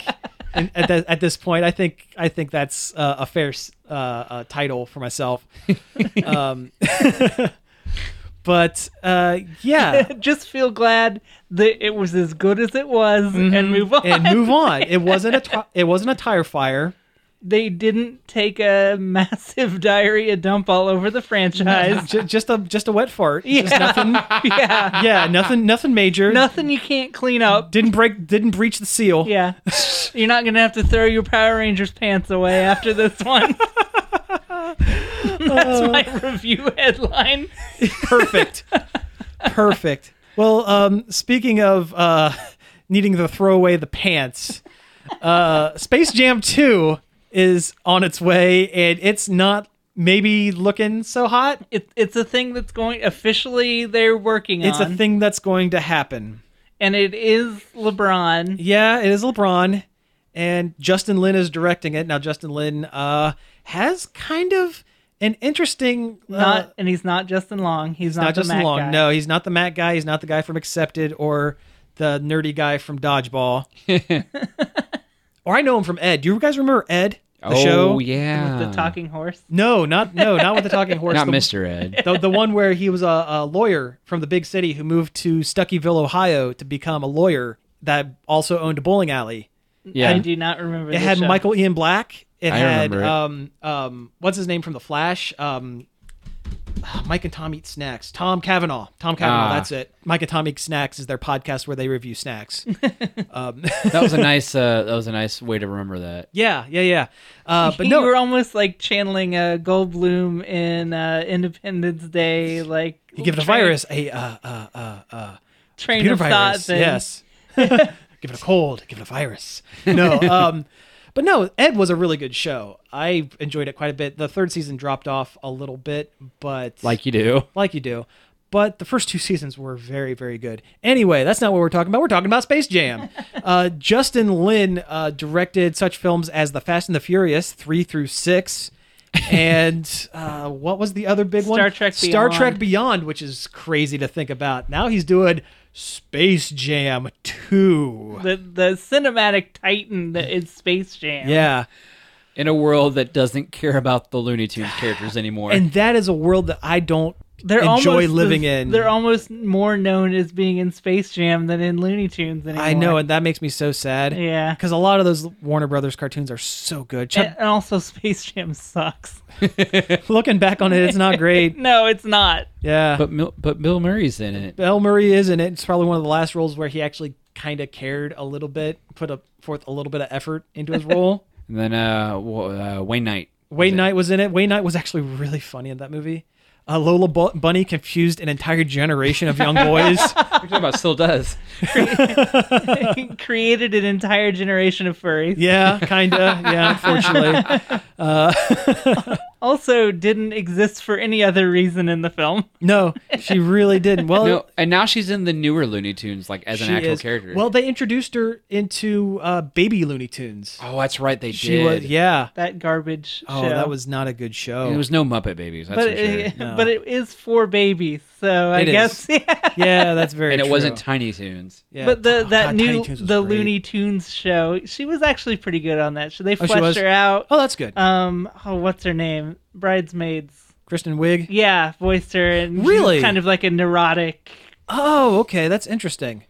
and at that, at this point, I think I think that's uh, a fair s- uh, uh, title for myself. Um, but uh, yeah,
just feel glad that it was as good as it was and move on.
Mm-hmm. and move on. It wasn't a ti- it wasn't a tire fire.
they didn't take a massive diarrhea dump all over the franchise.
Just, just a just a wet fart. Just
Yeah.
nothing.
yeah,
Yeah, nothing nothing major.
nothing you can't clean up.
Didn't break. Didn't breach the seal.
Yeah, you're not gonna have to throw your Power Rangers pants away after this one. That's
Oh.
my review headline.
perfect perfect well um speaking of uh needing to throw away the pants uh space jam 2 is on its way and it's not maybe looking so hot
It, it's a thing that's going officially. They're working
it's
on.
a thing that's going to happen
and it is LeBron.
yeah it is lebron and justin lin is directing it now justin lin uh has kind of an interesting uh,
Not and he's not Justin Long. He's,
not,
not, the
Justin
Mac
Long.
guy.
No, he's not the Matt guy. He's not the guy from Accepted or the nerdy guy from Dodgeball. or I know him from Ed. Do you guys remember Ed? The
oh
show?
yeah.
the talking horse.
No, not no, not with the talking horse.
Not
the,
Mr. Ed.
The, the one where he was a, a lawyer from the big city who moved to Stuckyville, Ohio, to become a lawyer that also owned a bowling alley.
Yeah.
I do not remember.
It
the
had
show.
Michael Ian Black. It
I
had
remember it.
um um what's his name from The Flash? Um uh, Mike and Tom eat snacks. Tom Cavanaugh. Tom Cavanaugh.
Ah.
That's it. Mike and Tom eat snacks is their podcast where they review snacks. um,
that was a nice uh, that was a nice way to remember that.
yeah, yeah, yeah. Uh, but
you
no,
were almost like channeling a Goldblum in uh, Independence Day, like
you give it a
train-
virus a uh, uh, uh, uh,
train
computer
of thought.
virus.
Thing.
Yes. give it a cold. Give it a virus. No. Um, but no, Ed was a really good show. I enjoyed it quite a bit. The third season dropped off a little bit, but
Like you do.
like you do. But the first two seasons were very, very good. Anyway, that's not what we're talking about. We're talking about Space Jam. uh, Justin Lin uh, directed such films as The Fast and the Furious three through six, and uh, what was the other big one?
Star Trek
Star
Beyond.
Trek Beyond, which is crazy to think about. Now he's doing Space Jam two.
The the cinematic titan that is Space Jam.
Yeah,
In a world that doesn't care about the Looney Tunes characters anymore.
and that is a world that I don't
They're
enjoy
almost
living
as-
in.
They're almost more known as being in Space Jam than in Looney Tunes anymore.
I know, and that makes me so sad.
Yeah.
because a lot of those Warner Brothers cartoons are so good. Chuck,
And and also, Space Jam sucks.
looking back on it, it's not great.
No, it's not.
Yeah. But
but Mil- but Bill Murray's in it.
Bill Murray is in it. It's probably one of the last roles where he actually kind of cared a little bit, put a, forth a little bit of effort into his role.
And then uh, wa- uh Wayne Knight.
Wayne Knight was in it. Wayne Knight was actually really funny in that movie. Uh, Lola Bu- Bunny confused an entire generation of young boys.
We're talking about still does.
Created an entire generation of furries.
yeah, kind of. Yeah, unfortunately. Uh,
Also, didn't exist for any other reason in the film.
No, she really didn't. Well,
No, and now she's in the newer Looney Tunes, like as an
she
actual
is-
character.
Well, they introduced her into uh, Baby Looney Tunes.
oh, that's right, they
she
did.
was, yeah.
That garbage
Oh,
show.
that was not a good show.
It was no Muppet Babies, that's
But
for sure.
it, but it is for babies, so I
It is.
guess yeah.
yeah, that's very.
and it
true.
wasn't Tiny Tunes.
Yeah.
But the
Oh,
that
God, Tiny
new
Toons was
the
great.
Looney Tunes show, she was actually pretty good on that. So they
she
fleshed
was?
her out.
Oh, that's good.
Um, oh, what's her name? Bridesmaids.
Kristen Wiig.
Yeah, voiced her and she was
Really?
kind of like a neurotic.
Oh, okay, that's interesting.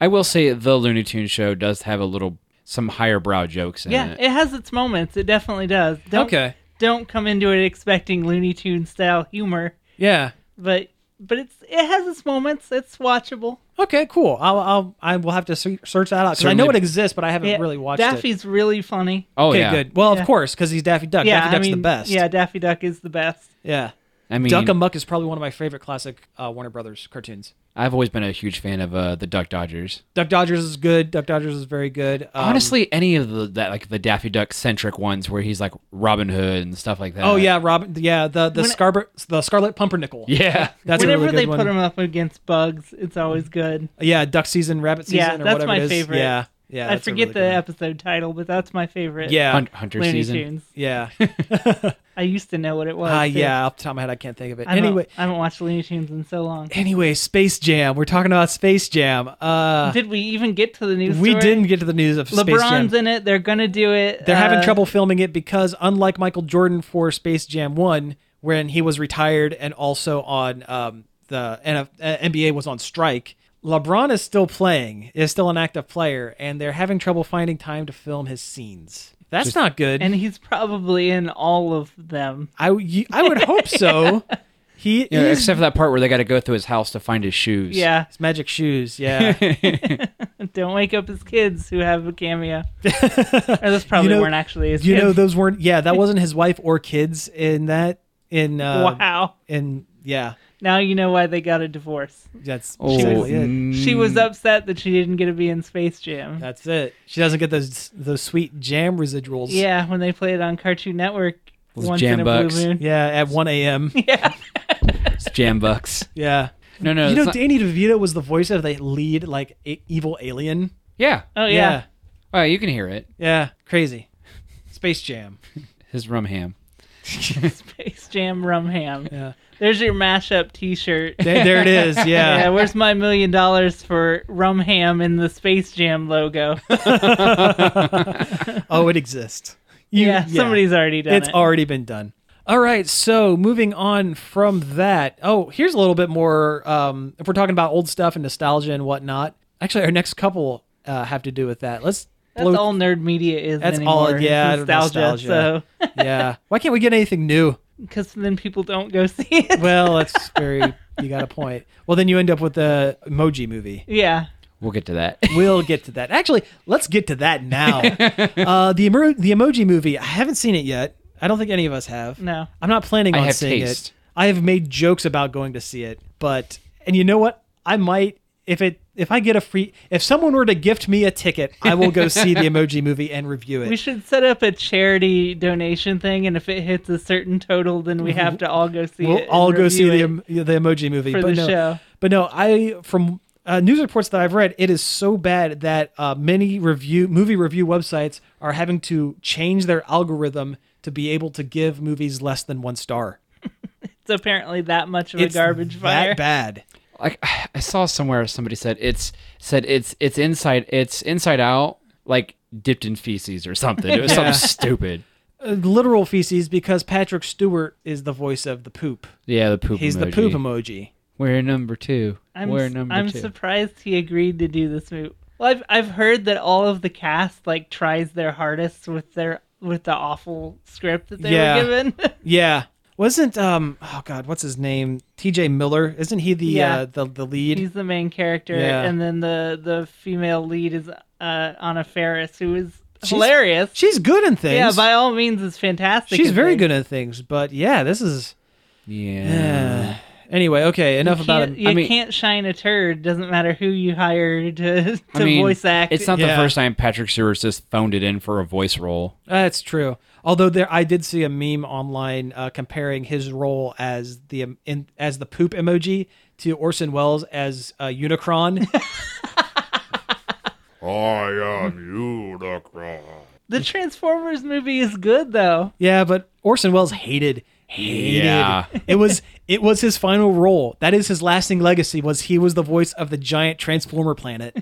I will say the Looney Tunes show does have a little some higher brow jokes in
Yeah,
it.
it has its moments. It definitely does. Don't,
Okay.
Don't come into it expecting Looney Tune style humor,
Yeah.
but but it's it has its moments. It's watchable.
Okay, cool. I'll, I'll I will have to se- search that out because I know it
Certainly.
exists, but I haven't
Yeah,
really watched it.
Daffy's really funny.
Oh
okay,
yeah.
good. Well,
Yeah.
of course, because he's Daffy Duck.
yeah,
Daffy Duck's
I mean,
the best.
Yeah, Daffy Duck is the best.
yeah.
I mean,
Duck Amuck is probably one of my favorite classic uh, Warner Brothers cartoons.
I've always been a huge fan of uh, the Duck Dodgers.
Duck Dodgers is good. Duck Dodgers is very good. Um,
Honestly, any of the that like the Daffy Duck centric ones where he's like Robin Hood and stuff like that.
oh yeah, Robin. Yeah, the the
When-
Scarlet the Scarlet Pumpernickel.
Yeah.
that's
Whenever
a really good
they
one.
put him up against bugs, it's always good.
yeah, Duck Season, Rabbit Season,
Yeah,
or
that's
whatever
my
it is.
favorite.
Yeah, yeah.
I
that's a
forget
really
the
good one.
episode title, but that's my favorite.
Yeah,
Hun- Hunter
Looney
season.
Tunes.
yeah,
I used to know what it was.
Ah,
too.
yeah. Off the top of my head, I can't think of it.
I haven't-
Anyway,
I haven't watched Looney Tunes in so long.
anyway, Space Jam. We're talking about Space Jam. Uh,
Did we even get to the news?
we
story?
didn't get to the news of Space Jam.
LeBron's in it. They're gonna do it.
They're having
uh,
trouble filming it because, unlike Michael Jordan for Space Jam One, when he was retired and also on um, the NF- uh, NBA was on strike, LeBron is still playing, is still an active player, and they're having trouble finding time to film his scenes. That's not good.
and he's probably in all of them.
I w- you- I would hope so. He
You know,
is
except for that part where they got to go through his house to find his shoes.
Yeah,
his magic shoes. Yeah,
don't wake up his kids who have a cameo. or those probably
know-
weren't actually his
you know
kids.
those weren't. Yeah, that wasn't his wife or kids in that. In uh,
wow.
In yeah,
Now you know why they got a divorce.
that's
Oh,
basically it.
She
Hmm.
was upset that she didn't get to be in Space Jam.
That's it. She doesn't get those those sweet jam residuals.
yeah, when they play it on Cartoon Network
Those
once
jam
in a
bucks.
blue moon.
Yeah, at 1 a.m.
It's jam bucks.
Yeah.
No, no.
you
it's
know,
not-
Danny DeVito was the voice of the lead, like, a- evil alien.
yeah.
Oh yeah.
Oh, you can hear it.
Yeah. Crazy. Space Jam.
His rum ham.
Space Jam Rum Ham.
Yeah.
There's your mashup T-shirt.
There, there it is.
Yeah,
Yeah.
where's my million dollars for Rum Ham in the Space Jam logo?
Oh, it exists. You-
yeah, somebody's already done
It's
it.
already been done. All right, so moving on from that. Oh, here's a little bit more. Um, if we're talking about old stuff and nostalgia and whatnot, actually, our next couple uh, have to do with that. Let's
That's
blow
all nerd media is
That's all-
anymore. is
yeah,
nostalgia.
nostalgia.
So,
yeah. Why can't we get anything new?
because then people don't go see it.
Well, that's very. You got a point. Well, then you end up with the emoji movie.
yeah,
We'll get to that.
We'll get to that. Actually, let's get to that now. Uh, the emo- the emoji movie. I haven't seen it yet. I don't think any of us have.
No.
I'm not planning
I
on
have
seeing
taste.
it. I have made jokes about going to see it, but and you know what? I might if it if I get a free if someone were to gift me a ticket, I will go see the emoji movie and review it.
we should set up a charity donation thing, and if it hits a certain total, then we have to all go see
we'll
it.
all
and
go see
review
the
it.
em- the emoji movie
for
but
the
no,
show.
But no, I from uh, news reports that I've read, it is so bad that uh, many review movie review websites are having to change their algorithm to be able to give movies less than one star.
It's apparently that much of
It's
a garbage
that
fire.
bad.
like I saw somewhere somebody said it's said it's it's inside it's inside out like dipped in feces or something. It was
Yeah.
something stupid.
Uh, literal feces because Patrick Stewart is the voice of the poop.
Yeah, the poop.
He's the
emoji.
poop emoji.
We're number two.
I'm,
We're
s-
number
I'm
2
surprised he agreed to do this movie. Well, I've I've heard that all of the cast like tries their hardest with their with the awful script that they
Yeah.
were given.
Yeah. Wasn't um oh god what's his name T.J. Miller isn't he the
Yeah.
uh, the the lead
He's the main character,
Yeah.
and then the the female lead is uh, Anna Ferris, who is
She's-
hilarious.
she's good in things
yeah, by all means, is fantastic.
she's
in
very
things.
good at things but yeah this is eh.
yeah.
anyway, okay, enough about
Can't-
him.
You
I mean-
can't shine a turd. Doesn't matter who you hire to, to
I mean,
voice act.
It's not
Yeah.
the first time Patrick Stewart's just phoned it in for a voice role.
That's true. Although there, I did see a meme online uh, comparing his role as the um, in, as the poop emoji to Orson Welles as uh, Unicron.
I am Unicron.
the Transformers movie is good though.
yeah, but Orson Welles hated hated.
Yeah.
It was it was his final role. That is his lasting legacy. Was he was the voice of the giant Transformer planet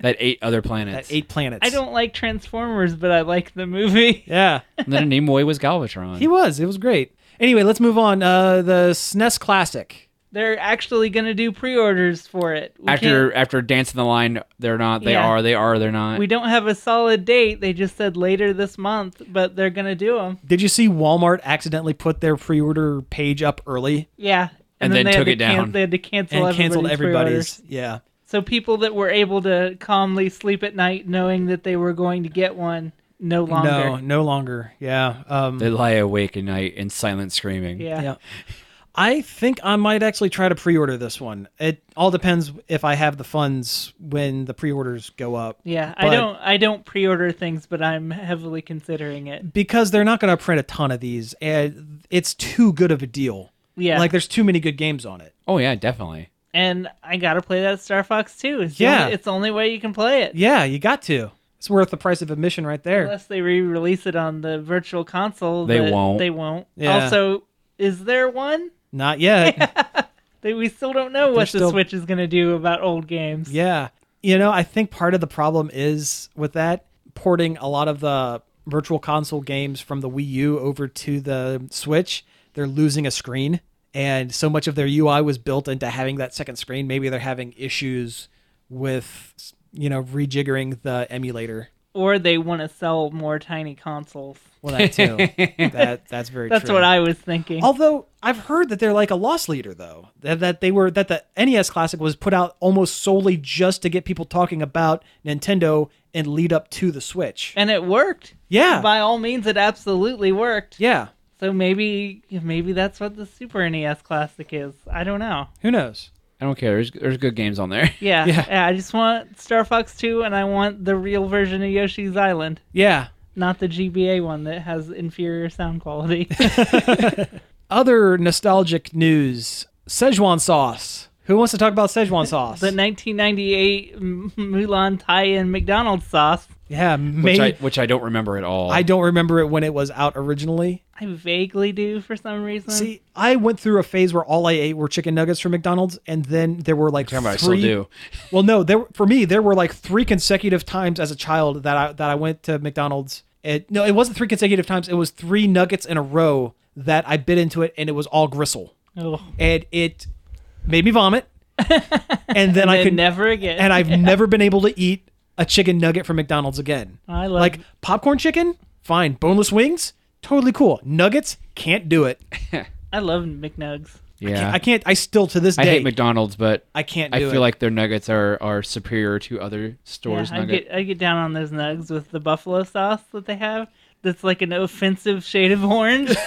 That ate other
at
planets.
eight planets.
I don't like Transformers, but I like the movie.
Yeah,
and then Nimoy was Galvatron.
he was. It was great. Anyway, let's move on. Uh, the SNES E classic.
They're actually going to do pre-orders for it. We
after
can't-
after dancing the line, they're not. They
Yeah.
are. They are. They're not.
we don't have a solid date. They just said later this month, but they're going to do them.
Did you see Walmart accidentally put their pre-order page up early
Yeah.
And then
they had
took
to
it down.
can- they had to cancel
and canceled
everybody's
everybody's?
pre-orders.
Yeah.
So people that were able to calmly sleep at night knowing that they were going to get one no longer.
No, no longer. Yeah. Um,
they lie awake at night in silent screaming.
Yeah.
yeah. I think I might actually try to pre-order this one. It all depends if I have the funds when the pre-orders go up.
Yeah,
But-
I don't I don't pre-order things, but I'm heavily considering it.
because they're not going to print a ton of these, and it's too good of a deal.
Yeah.
like there's too many good games on it.
Oh yeah, definitely.
And I got to play that Star Fox too. It's the
Yeah.
only- it's the only way you can play it.
Yeah, you got to. It's worth the price of admission right there.
Unless they re-release it on the virtual console,
They
that-
won't.
They won't.
Yeah.
Also, is there one?
Not yet.
They, we still don't know
They're
what
still-
the Switch is going to do about old games.
yeah, you know, I think part of the problem is with that porting a lot of the virtual console games from the Wii U over to the Switch. They're losing a screen, and so much of their UI was built into having that second screen. Maybe they're having issues with you know rejiggering the emulator.
Or they want to sell more tiny consoles.
Well, that too. that that's very.
That's
true. Oh.
what I was thinking.
Although I've heard that they're like a loss leader, though that, that they were that the NES Classic was put out almost solely just to get people talking about Nintendo and lead up to the Switch.
and it worked.
Yeah.
By all means, it absolutely worked.
yeah,
So maybe maybe that's what the Super NES Classic is. I don't know.
who knows?
I don't care. There's there's good games on there.
Yeah,
Yeah.
yeah. I just want Star Fox 2 and I want the real version of Yoshi's Island,
Yeah,
not the GBA one that has inferior sound quality.
other nostalgic news: Szechuan sauce. Who wants to talk about Szechuan sauce?
the 1998 M- Mulan tie-in McDonald's sauce.
yeah,
Which
maybe
I,
I,
which I don't remember at all.
don't remember it when it was out originally.
I vaguely do for some reason.
See, I went through a phase where all I ate were chicken nuggets from McDonald's, and then there were like
Talking about I still
three
do.
Well, no, there for me there were like three consecutive times as a child that I that I went to McDonald's. It, no, it wasn't three consecutive times. It was three nuggets in a row that I bit into it, and it was all gristle,
oh,
and it made me vomit. and then I
and
could
never again.
and I've never been able to eat a chicken nugget from McDonald's again.
I love-
like popcorn chicken, fine. Boneless wings, totally cool. Nuggets, can't do it.
I love McNugs.
Yeah.
I can't. I still to this day
I hate McDonald's, but
I can't
I
do
feel
it.
like their nuggets are, are superior to other
Yeah,
stores'
I
nuggets.
get I get down on those nugs with the buffalo sauce that they have. That's like an offensive shade of orange.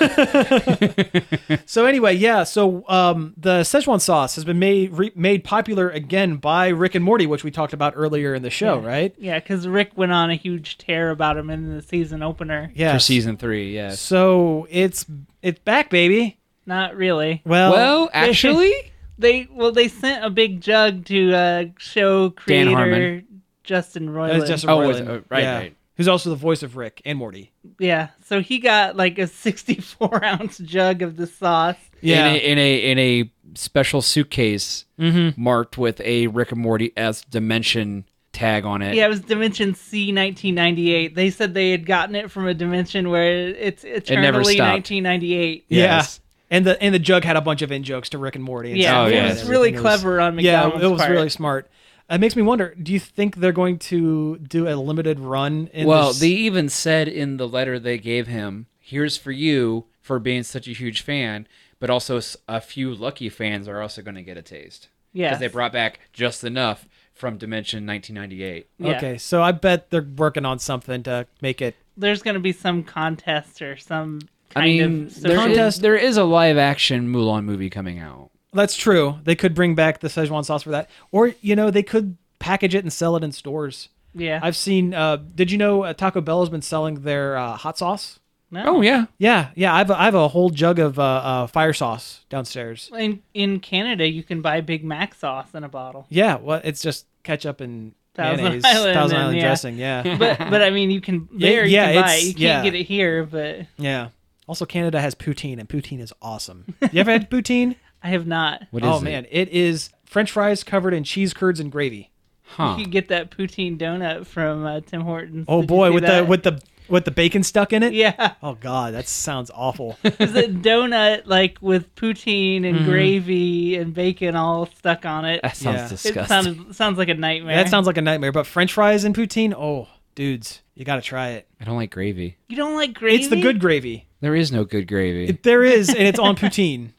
So anyway, yeah. So um, the Szechuan sauce has been made re- made popular again by Rick and Morty, which we talked about earlier in the show, right?
yeah, because Rick went on a huge tear about him in the season opener.
Yeah.
For season three, yes.
So it's it's back, baby.
Not really.
Well,
well, actually,
They well, they sent a big jug to uh, show
Dan
creator
Harmon.
Justin Roiland.
that's Justin
Oh, was
Roiland.
it? Oh, right,
yeah,
right.
Who's also the voice of Rick and Morty.
yeah, so he got like a 64 ounce jug of the sauce.
Yeah.
in, a, in a in a special suitcase marked with a Rick and Morty S dimension tag on it.
Yeah, it was Dimension C 1998. They said they had gotten it from a dimension where it's
never
eternally
stopped.
1998.
Yes.
Yeah. And the and the jug had a bunch of in jokes to Rick and Morty. And
Yeah,
Oh,
stuff.
it
yeah.
was really
Everything
clever on
yeah,
McDonald's.
it was
part.
really smart. It makes me wonder. Do you think they're going to do a limited run? In
Well,
this?
they even said in the letter they gave him, "Here's for you for being such a huge fan, but also s- a few lucky fans are also going to get a taste."
Yes.
because they brought back just enough from Dimension 1998.
Yeah.
okay. So I bet they're working on something to make it
There's going to be some contest or some
I
kind
mean,
of
there
social-
is, there is a live action Mulan movie coming out.
That's true. They could bring back the Szechuan sauce for that, or you know, they could package it and sell it in stores.
Yeah.
I've seen. Uh, did you know uh, Taco Bell has been selling their uh, hot sauce?
No.
Oh yeah,
Yeah, yeah. I've I have a whole jug of uh, uh, fire sauce downstairs.
In in Canada, you can buy Big Mac sauce in a bottle.
Yeah, well, it's just ketchup and
Thousand
mayonnaise,
Island
Thousand
and-
Island
yeah.
dressing. Yeah,
But but I mean, you can there
yeah,
you can buy
it's-
it. You can't
yeah.
get it here, but
yeah. Also, Canada has poutine, and poutine is awesome. You ever had poutine?
I have not.
what is
oh
it?
man, it is French fries covered in cheese curds and gravy.
Huh.
You could get that poutine donut from uh, Tim Hortons.
Oh
Did you
boy,
see
with
that?
the with the with the bacon stuck in it.
yeah,
Oh god, that sounds awful.
it's a donut like with poutine and
Mm-hmm.
gravy and bacon all stuck on it.
That sounds
Yeah. It
It
disgusting.
sounds sounds like a nightmare.
that sounds like a nightmare. But French fries and poutine. Oh, dudes, you got to try it.
I don't like gravy.
you don't like gravy.
It's the good gravy.
There is no good gravy.
It, there is, and it's on poutine.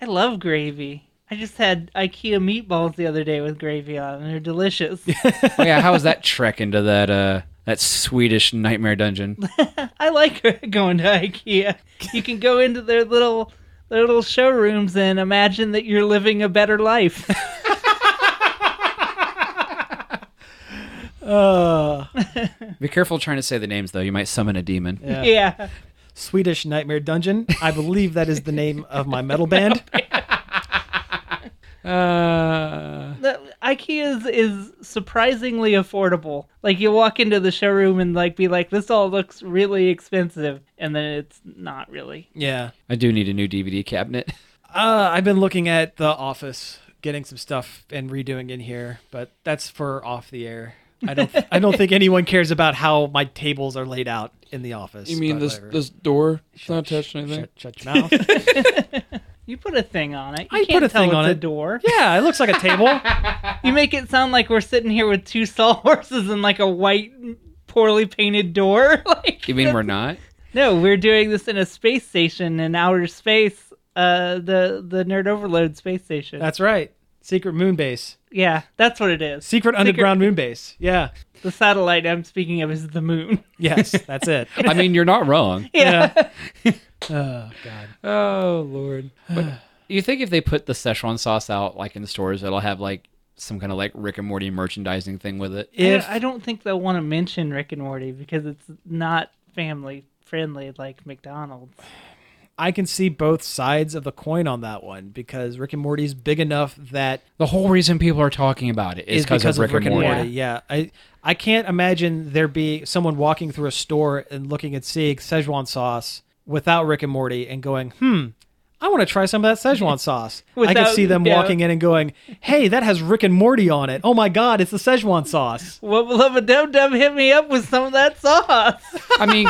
I love gravy. I just had IKEA meatballs the other day with gravy on, and they're delicious.
oh, yeah, how is that trek into that uh that Swedish nightmare dungeon?
I like going to IKEA. You can go into their little their little showrooms and imagine that you're living a better life.
Uh,
Be careful trying to say the names though. You might summon a demon.
yeah.
yeah.
Swedish Nightmare Dungeon. I believe that is the name of my metal band.
Uh,
The- IKEA is, is surprisingly affordable. Like you walk into the showroom and like be like, "This all looks really expensive," and then it's not really.
Yeah.
I do need a new DVD cabinet.
Uh, I've been looking at The Office, getting some stuff and redoing in here, but that's for off the air. I don't. I don't think anyone cares about how my tables are laid out in the office. but whatever.
door? It's
not touched Shut, shut your mouth. yeah,
You put a thing on it. You
I
can't
put a
tell
thing
it's
on
a
it.
door.
it looks like a table.
You make it sound like we're sitting here with two sawhorses and like a white, poorly painted door. like
You mean we're not?
No, we're doing this in a space station in outer space. Uh, the the Nerd Overload space station.
That's right. Secret moon base.
yeah, that's what it is.
Secret underground moon base. Yeah.
The satellite I'm speaking of is the moon.
Yes, that's it.
I mean, you're not wrong.
Yeah,
Oh God.
Oh lord. But you think if they put the Szechuan sauce out like in stores, it'll have like some kind of like Rick and Morty merchandising thing with it?
I,
If
don't, I don't think they'll want to mention Rick and Morty because it's not family friendly like McDonald's.
I can see both sides of the coin on that one because Rick and Morty's big enough that
The whole reason people are talking about it is because of, Rick and Morty.
Yeah. I I can't imagine there be someone walking through a store and looking at seeing Szechuan sauce without Rick and Morty and going, hmm. I want to try some of that Szechuan sauce. I
Without-
can see them
yeah.
walking in and going, "Hey, that has Rick and Morty on it. Oh my God, it's the Szechuan sauce."
Wubba Lubba Dub Dub hit me up with some of that sauce.
I mean,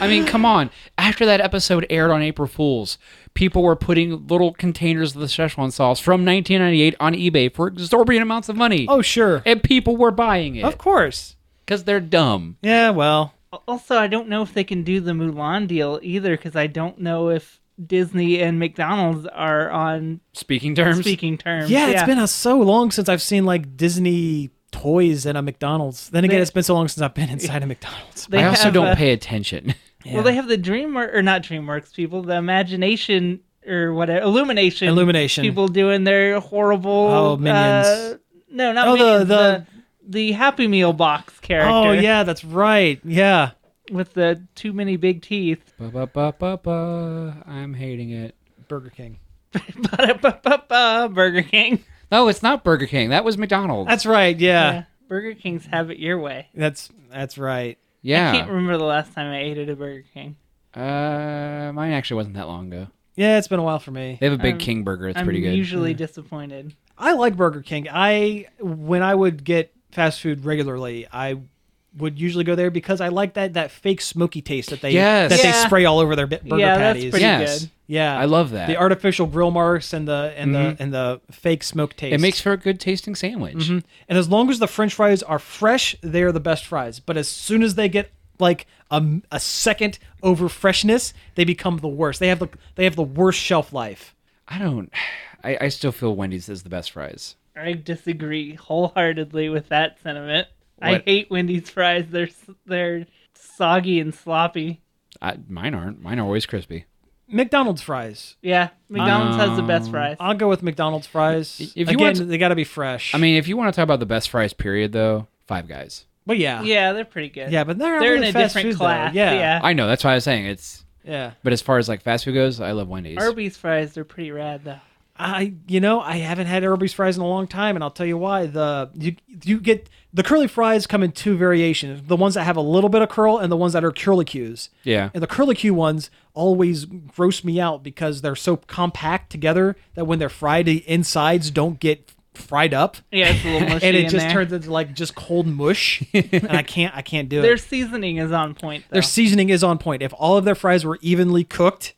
I mean, come on. After that episode aired on April Fools, people were putting little containers of the Szechuan sauce from 1998 on eBay for exorbitant amounts of money.
Oh sure,
and people were buying
of
it
course.
because they're dumb.
Yeah, well,
Also, I don't know if they can do the Mulan deal either because I don't know if Disney and McDonald's are on
Speaking terms.
speaking terms.
Yeah, it's been a, so long since I've seen like Disney toys in a McDonald's. Then again,
They-
it's been so long since I've been inside a McDonald's.
They
I also
have,
don't
uh,
pay attention.
Well, they have the DreamWorks or not DreamWorks people, the Imagination or whatever Illumination
Illumination.
people doing their horrible.
Oh, Minions.
uh, no, not
Oh, the-
Minions,
the-
the, the Happy Meal box character.
Oh yeah, that's right. Yeah.
with the too many big teeth.
Ba-ba-ba-ba-ba. I'm hating it.
Burger King.
Ba-da-ba-ba-ba, Burger King.
No, it's not Burger King. That was McDonald's.
That's right. Yeah.
Yeah, Burger King's have it your way.
That's that's right.
I can't
yeah.
remember the last time I ate at a Burger King.
Uh, mine actually wasn't that long ago.
Yeah, it's been a while for me.
They have a big
I'm-
King burger. It's
I'm
pretty good.
usually disappointed.
I like Burger King. I when I would get fast food regularly, I would usually go there because I like that that fake smoky taste that they
Yes.
that
Yeah.
they spray all over their bi- burger
yeah,
patties.
that's pretty
Yes.
good.
yeah,
I love that. Mm-hmm.
the artificial grill marks and the and the and the fake smoke taste. Mm-hmm.
It makes for a good tasting sandwich.
And as long as the french fries are fresh, they're the best fries. But as soon as they get like a, a second over freshness, they become the worst. They have the they have the worst shelf life.
I don't. I, I still feel Wendy's is the best fries.
I disagree wholeheartedly with that sentiment. I
What?
hate Wendy's fries. They're s- they're soggy and sloppy.
I, mine aren't. Mine are always crispy.
McDonald's fries.
Yeah, McDonald's has the best fries.
I'll go with McDonald's fries.
If you
Again,
want to-
they got to be fresh.
I mean, if you want to talk about the best fries, period, though, Five Guys.
but yeah,
yeah, they're pretty good.
yeah, but they're,
they're in
really
a
fast
different
food, though.
class.
Yeah,
yeah.
I know that's why I was saying it's.
yeah.
But as far as like fast food goes, I love Wendy's.
Arby's fries are pretty rad though.
I you know I haven't had Arby's fries in a long time, and I'll tell you why. The you you get the curly fries come in two variations: the ones that have a little bit of curl, and the ones that are curlicues.
yeah,
And the curlicue ones always gross me out because they're so compact together that when they're fried, the insides don't get fried up,
Yeah, it's a little mushy
and it
in
just
there.
turns into like just cold mush. and I can't, I can't do it.
Their seasoning is on point. Though.
Their seasoning is on point. If all of their fries were evenly cooked,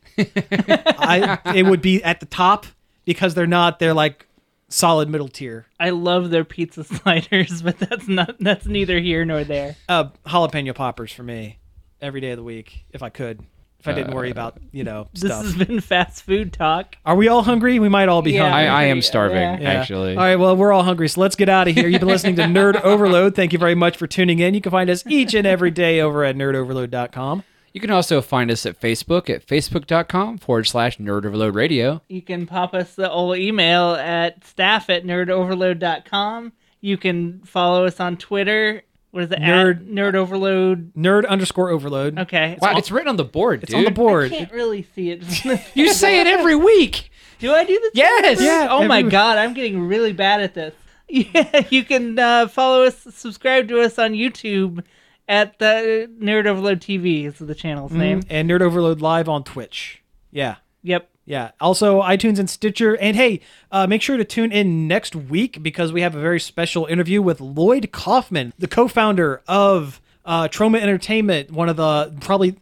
I, it would be at the top because they're not. They're like solid middle tier.
I love their pizza sliders, but that's not that's neither here nor there.
Uh, jalapeno poppers for me every day of the week if I could. If I didn't
Uh,
worry about you know
This
stuff.
has been fast food talk.
Are we all hungry? We might all be
Yeah.
hungry.
I, I am
Yeah.
starving,
Yeah.
Yeah.
actually.
All right, well, we're all hungry, so let's get out of here. You've been listening to Nerd Overload. Thank you very much for tuning in. You can find us each and every day over at nerdoverload.com.
You can also find us at Facebook at facebook.com forward slash nerd overload radio.
You can pop us the old email at staff at nerdoverload.com. You can follow us on Twitter. What is it?
Nerd-
at nerd overload.
Nerd underscore overload.
Okay.
Wow, it's written on the board,
It's
dude.
on the
I
board.
can't really see it.
You say it every week.
Do I do this?
Yes.
Yeah,
Oh my
every-
god, I'm getting really bad at this. Yeah, you can uh, follow us, subscribe to us on YouTube at the Nerd Overload TV is the channel's name.
And Nerd Overload live on Twitch. Yeah.
Yep.
Yeah. Also, iTunes and Stitcher. And hey, uh, make sure to tune in next week because we have a very special interview with Lloyd Kaufman, the co founder of uh, Troma Entertainment, one of the probably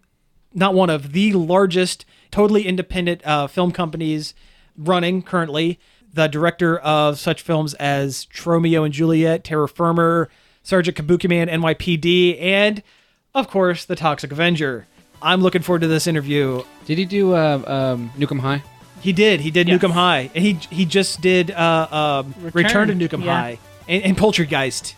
not one of the largest, totally independent uh, film companies running currently. The director of such films as Tromeo and Juliet, Terra Firmer, Sergeant Kabuki Man, NYPD, and of course, The Toxic Avenger. I'm looking forward to this interview.
Did he do uh, um, Nukem High?
He did. He did
Yes.
Nukem High, and he he just did uh, um, Return.
Return,
to Nukem
yeah.
High and, and Poltergeist.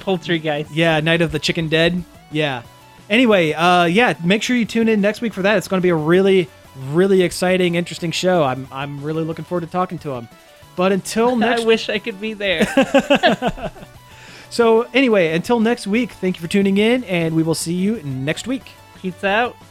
Poltergeist.
yeah, Night of the Chicken Dead. Yeah. Anyway, uh, yeah, make sure you tune in next week for that. It's going to be a really, really exciting, interesting show. I'm I'm really looking forward to talking to him. But until
I
next,
wish I could be there.
so anyway, until next week. Thank you for tuning in, and we will see you next week.
Pizza out.